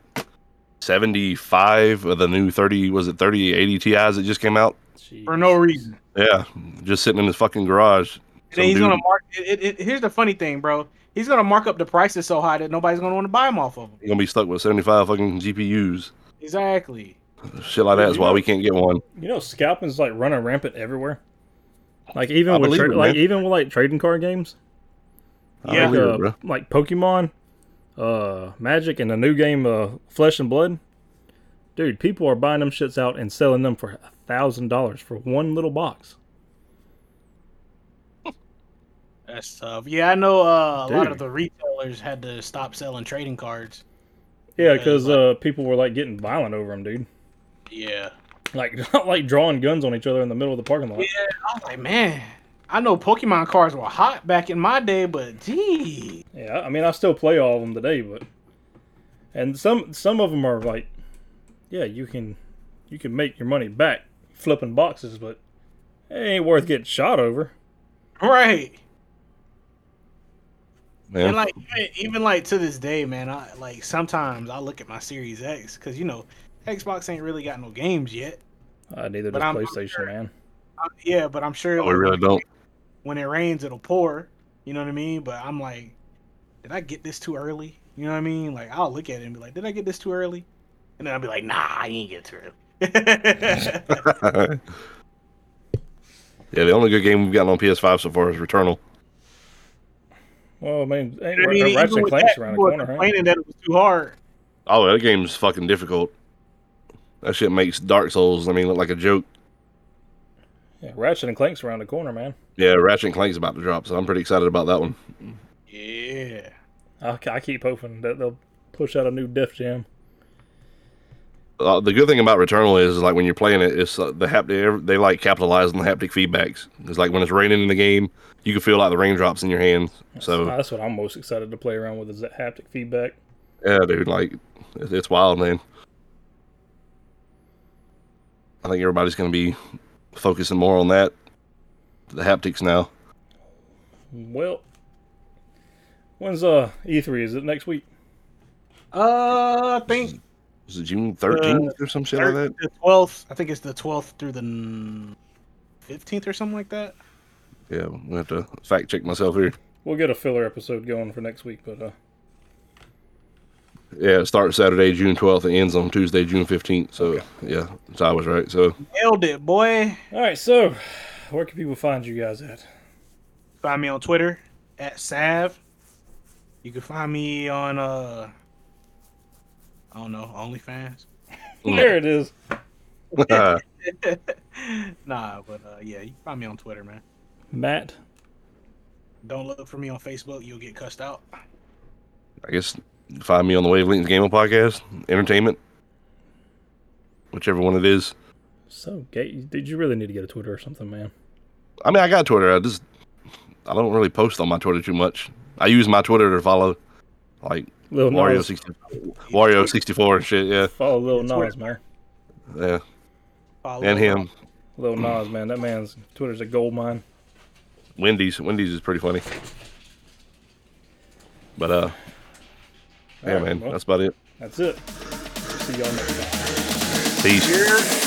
Speaker 3: seventy five of the new thirty. Was it thirty eighty Ti's that just came out?
Speaker 5: for no reason.
Speaker 3: Yeah, just sitting in his fucking garage.
Speaker 5: And then he's
Speaker 3: Some
Speaker 5: gonna
Speaker 3: dude-
Speaker 5: mark. It, it, it- here's the funny thing, bro. He's gonna mark up the prices so high that nobody's gonna want to buy them off of them.
Speaker 3: He's gonna be stuck with seventy five fucking GPUs.
Speaker 5: Exactly.
Speaker 3: Shit like that is why we can't get one.
Speaker 1: You know, scalping's like running rampant everywhere. Like even
Speaker 3: I
Speaker 1: with
Speaker 3: believe
Speaker 1: tra-
Speaker 3: it,
Speaker 1: like
Speaker 3: man.
Speaker 1: even with like trading card games,
Speaker 3: Oh,
Speaker 5: Yeah.
Speaker 3: weird,
Speaker 1: uh,
Speaker 3: bro.
Speaker 1: like Pokemon, uh, Magic, and the new game, uh, Flesh and Blood. Dude, people are buying them shits out and selling them for a thousand dollars for one little box.
Speaker 5: That's tough. Yeah, I know uh, a lot of
Speaker 1: Dude.
Speaker 5: the retailers had to stop selling trading cards.
Speaker 1: Yeah,
Speaker 5: Yeah,
Speaker 1: because
Speaker 5: like-
Speaker 1: uh, people were like getting violent over them, dude.
Speaker 5: Yeah.
Speaker 1: Like, like drawing guns on each other in the middle of the parking lot.
Speaker 5: Yeah, I was like, man, I know Pokemon cards were hot back in my day, but gee,
Speaker 1: Yeah, I mean, I still play all of them today, but and some some of them are like, yeah, you can you can make your money back flipping boxes, but it ain't worth getting shot over.
Speaker 5: right?
Speaker 3: Man,
Speaker 5: And like even- even like to this day, man, I like sometimes I look at my Series X because you know Xbox ain't really got no games yet.
Speaker 1: Uh, neither does
Speaker 5: But I'm- I'm
Speaker 1: PlayStation,
Speaker 5: sure-
Speaker 1: man.
Speaker 5: I- yeah, but I'm sure
Speaker 3: we Oh, really don't.
Speaker 5: when it rains it'll pour. You know what I mean? But I'm like, did I get this too early? You know what I mean? Like I'll look at it and be like, did I get this too early? And then I'll be like, nah, I ain't get it too early.
Speaker 3: yeah, the only good game we've gotten on PS5 so far is Returnal.
Speaker 1: Well, I mean, ain't
Speaker 5: I mean,
Speaker 1: Ra- Ratchet
Speaker 5: even
Speaker 1: and
Speaker 5: with
Speaker 1: Clank's
Speaker 5: that,
Speaker 1: around the
Speaker 5: people were
Speaker 1: corner, right?
Speaker 5: complaining that it was too hard.
Speaker 3: Oh, that game's fucking difficult. That shit makes Dark Souls, I mean, look like a joke.
Speaker 1: Yeah, Ratchet and Clank's around the corner, man.
Speaker 3: Yeah, Ratchet and Clank's about to drop, so I'm pretty excited about that one.
Speaker 5: Yeah.
Speaker 1: I, I keep hoping that they'll push out a new Def Jam.
Speaker 3: Uh, the good thing about Returnal is, like when you're playing it, it's uh, the haptic. They like capitalize on the haptic feedbacks. It's like when it's raining in the game, you can feel like the raindrops in your hands. So
Speaker 1: Ah, that's what I'm most excited to play around with is that haptic feedback.
Speaker 3: Yeah, dude, like it- it's wild, man. I think everybody's going to be focusing more on that, the haptics now.
Speaker 1: Well, when's uh E3? Is it next week?
Speaker 5: Uh, I think
Speaker 3: Is it June thirteenth or some shit like that?
Speaker 5: the twelfth. I think it's the twelfth through the fifteenth or something like that.
Speaker 3: Yeah, I'm gonna have to fact check myself here.
Speaker 1: We'll get a filler episode going for next week, but uh,
Speaker 3: Yeah, it starts Saturday, June twelfth, and ends on Tuesday, June fifteenth. So yeah, so I was right. So
Speaker 5: Nailed it, boy.
Speaker 1: all right. So, where can people find you guys at?
Speaker 5: Find me on Twitter at Sav. You can find me on uh, I don't know, OnlyFans.
Speaker 1: There it is.
Speaker 5: nah, but uh, yeah, you can find me on Twitter, man.
Speaker 1: Matt,
Speaker 5: Don't look for me on Facebook; you'll get cussed out.
Speaker 3: I guess find me on the Wavelengths Gaming Podcast, Entertainment, whichever one it is.
Speaker 1: so gay. Did you really need to get a Twitter or something, man?
Speaker 3: I mean, I got Twitter. I just I don't really post on my Twitter too much. I use my Twitter to follow like
Speaker 1: Lil
Speaker 3: Wario
Speaker 1: Nas,
Speaker 3: sixty Wario sixty four and shit. Yeah,
Speaker 1: follow Lil
Speaker 5: Twitter.
Speaker 1: Nas, man.
Speaker 3: yeah,
Speaker 1: Oh,
Speaker 5: Follow
Speaker 3: and him.
Speaker 1: Lil Nas, man. That man's Twitter's a gold mine.
Speaker 3: Wendy's. Wendy's is pretty funny. But uh, yeah,
Speaker 1: Alright,
Speaker 3: man,
Speaker 1: well,
Speaker 3: that's about it.
Speaker 1: that's it. See y'all next time.
Speaker 3: Peace.
Speaker 5: Here.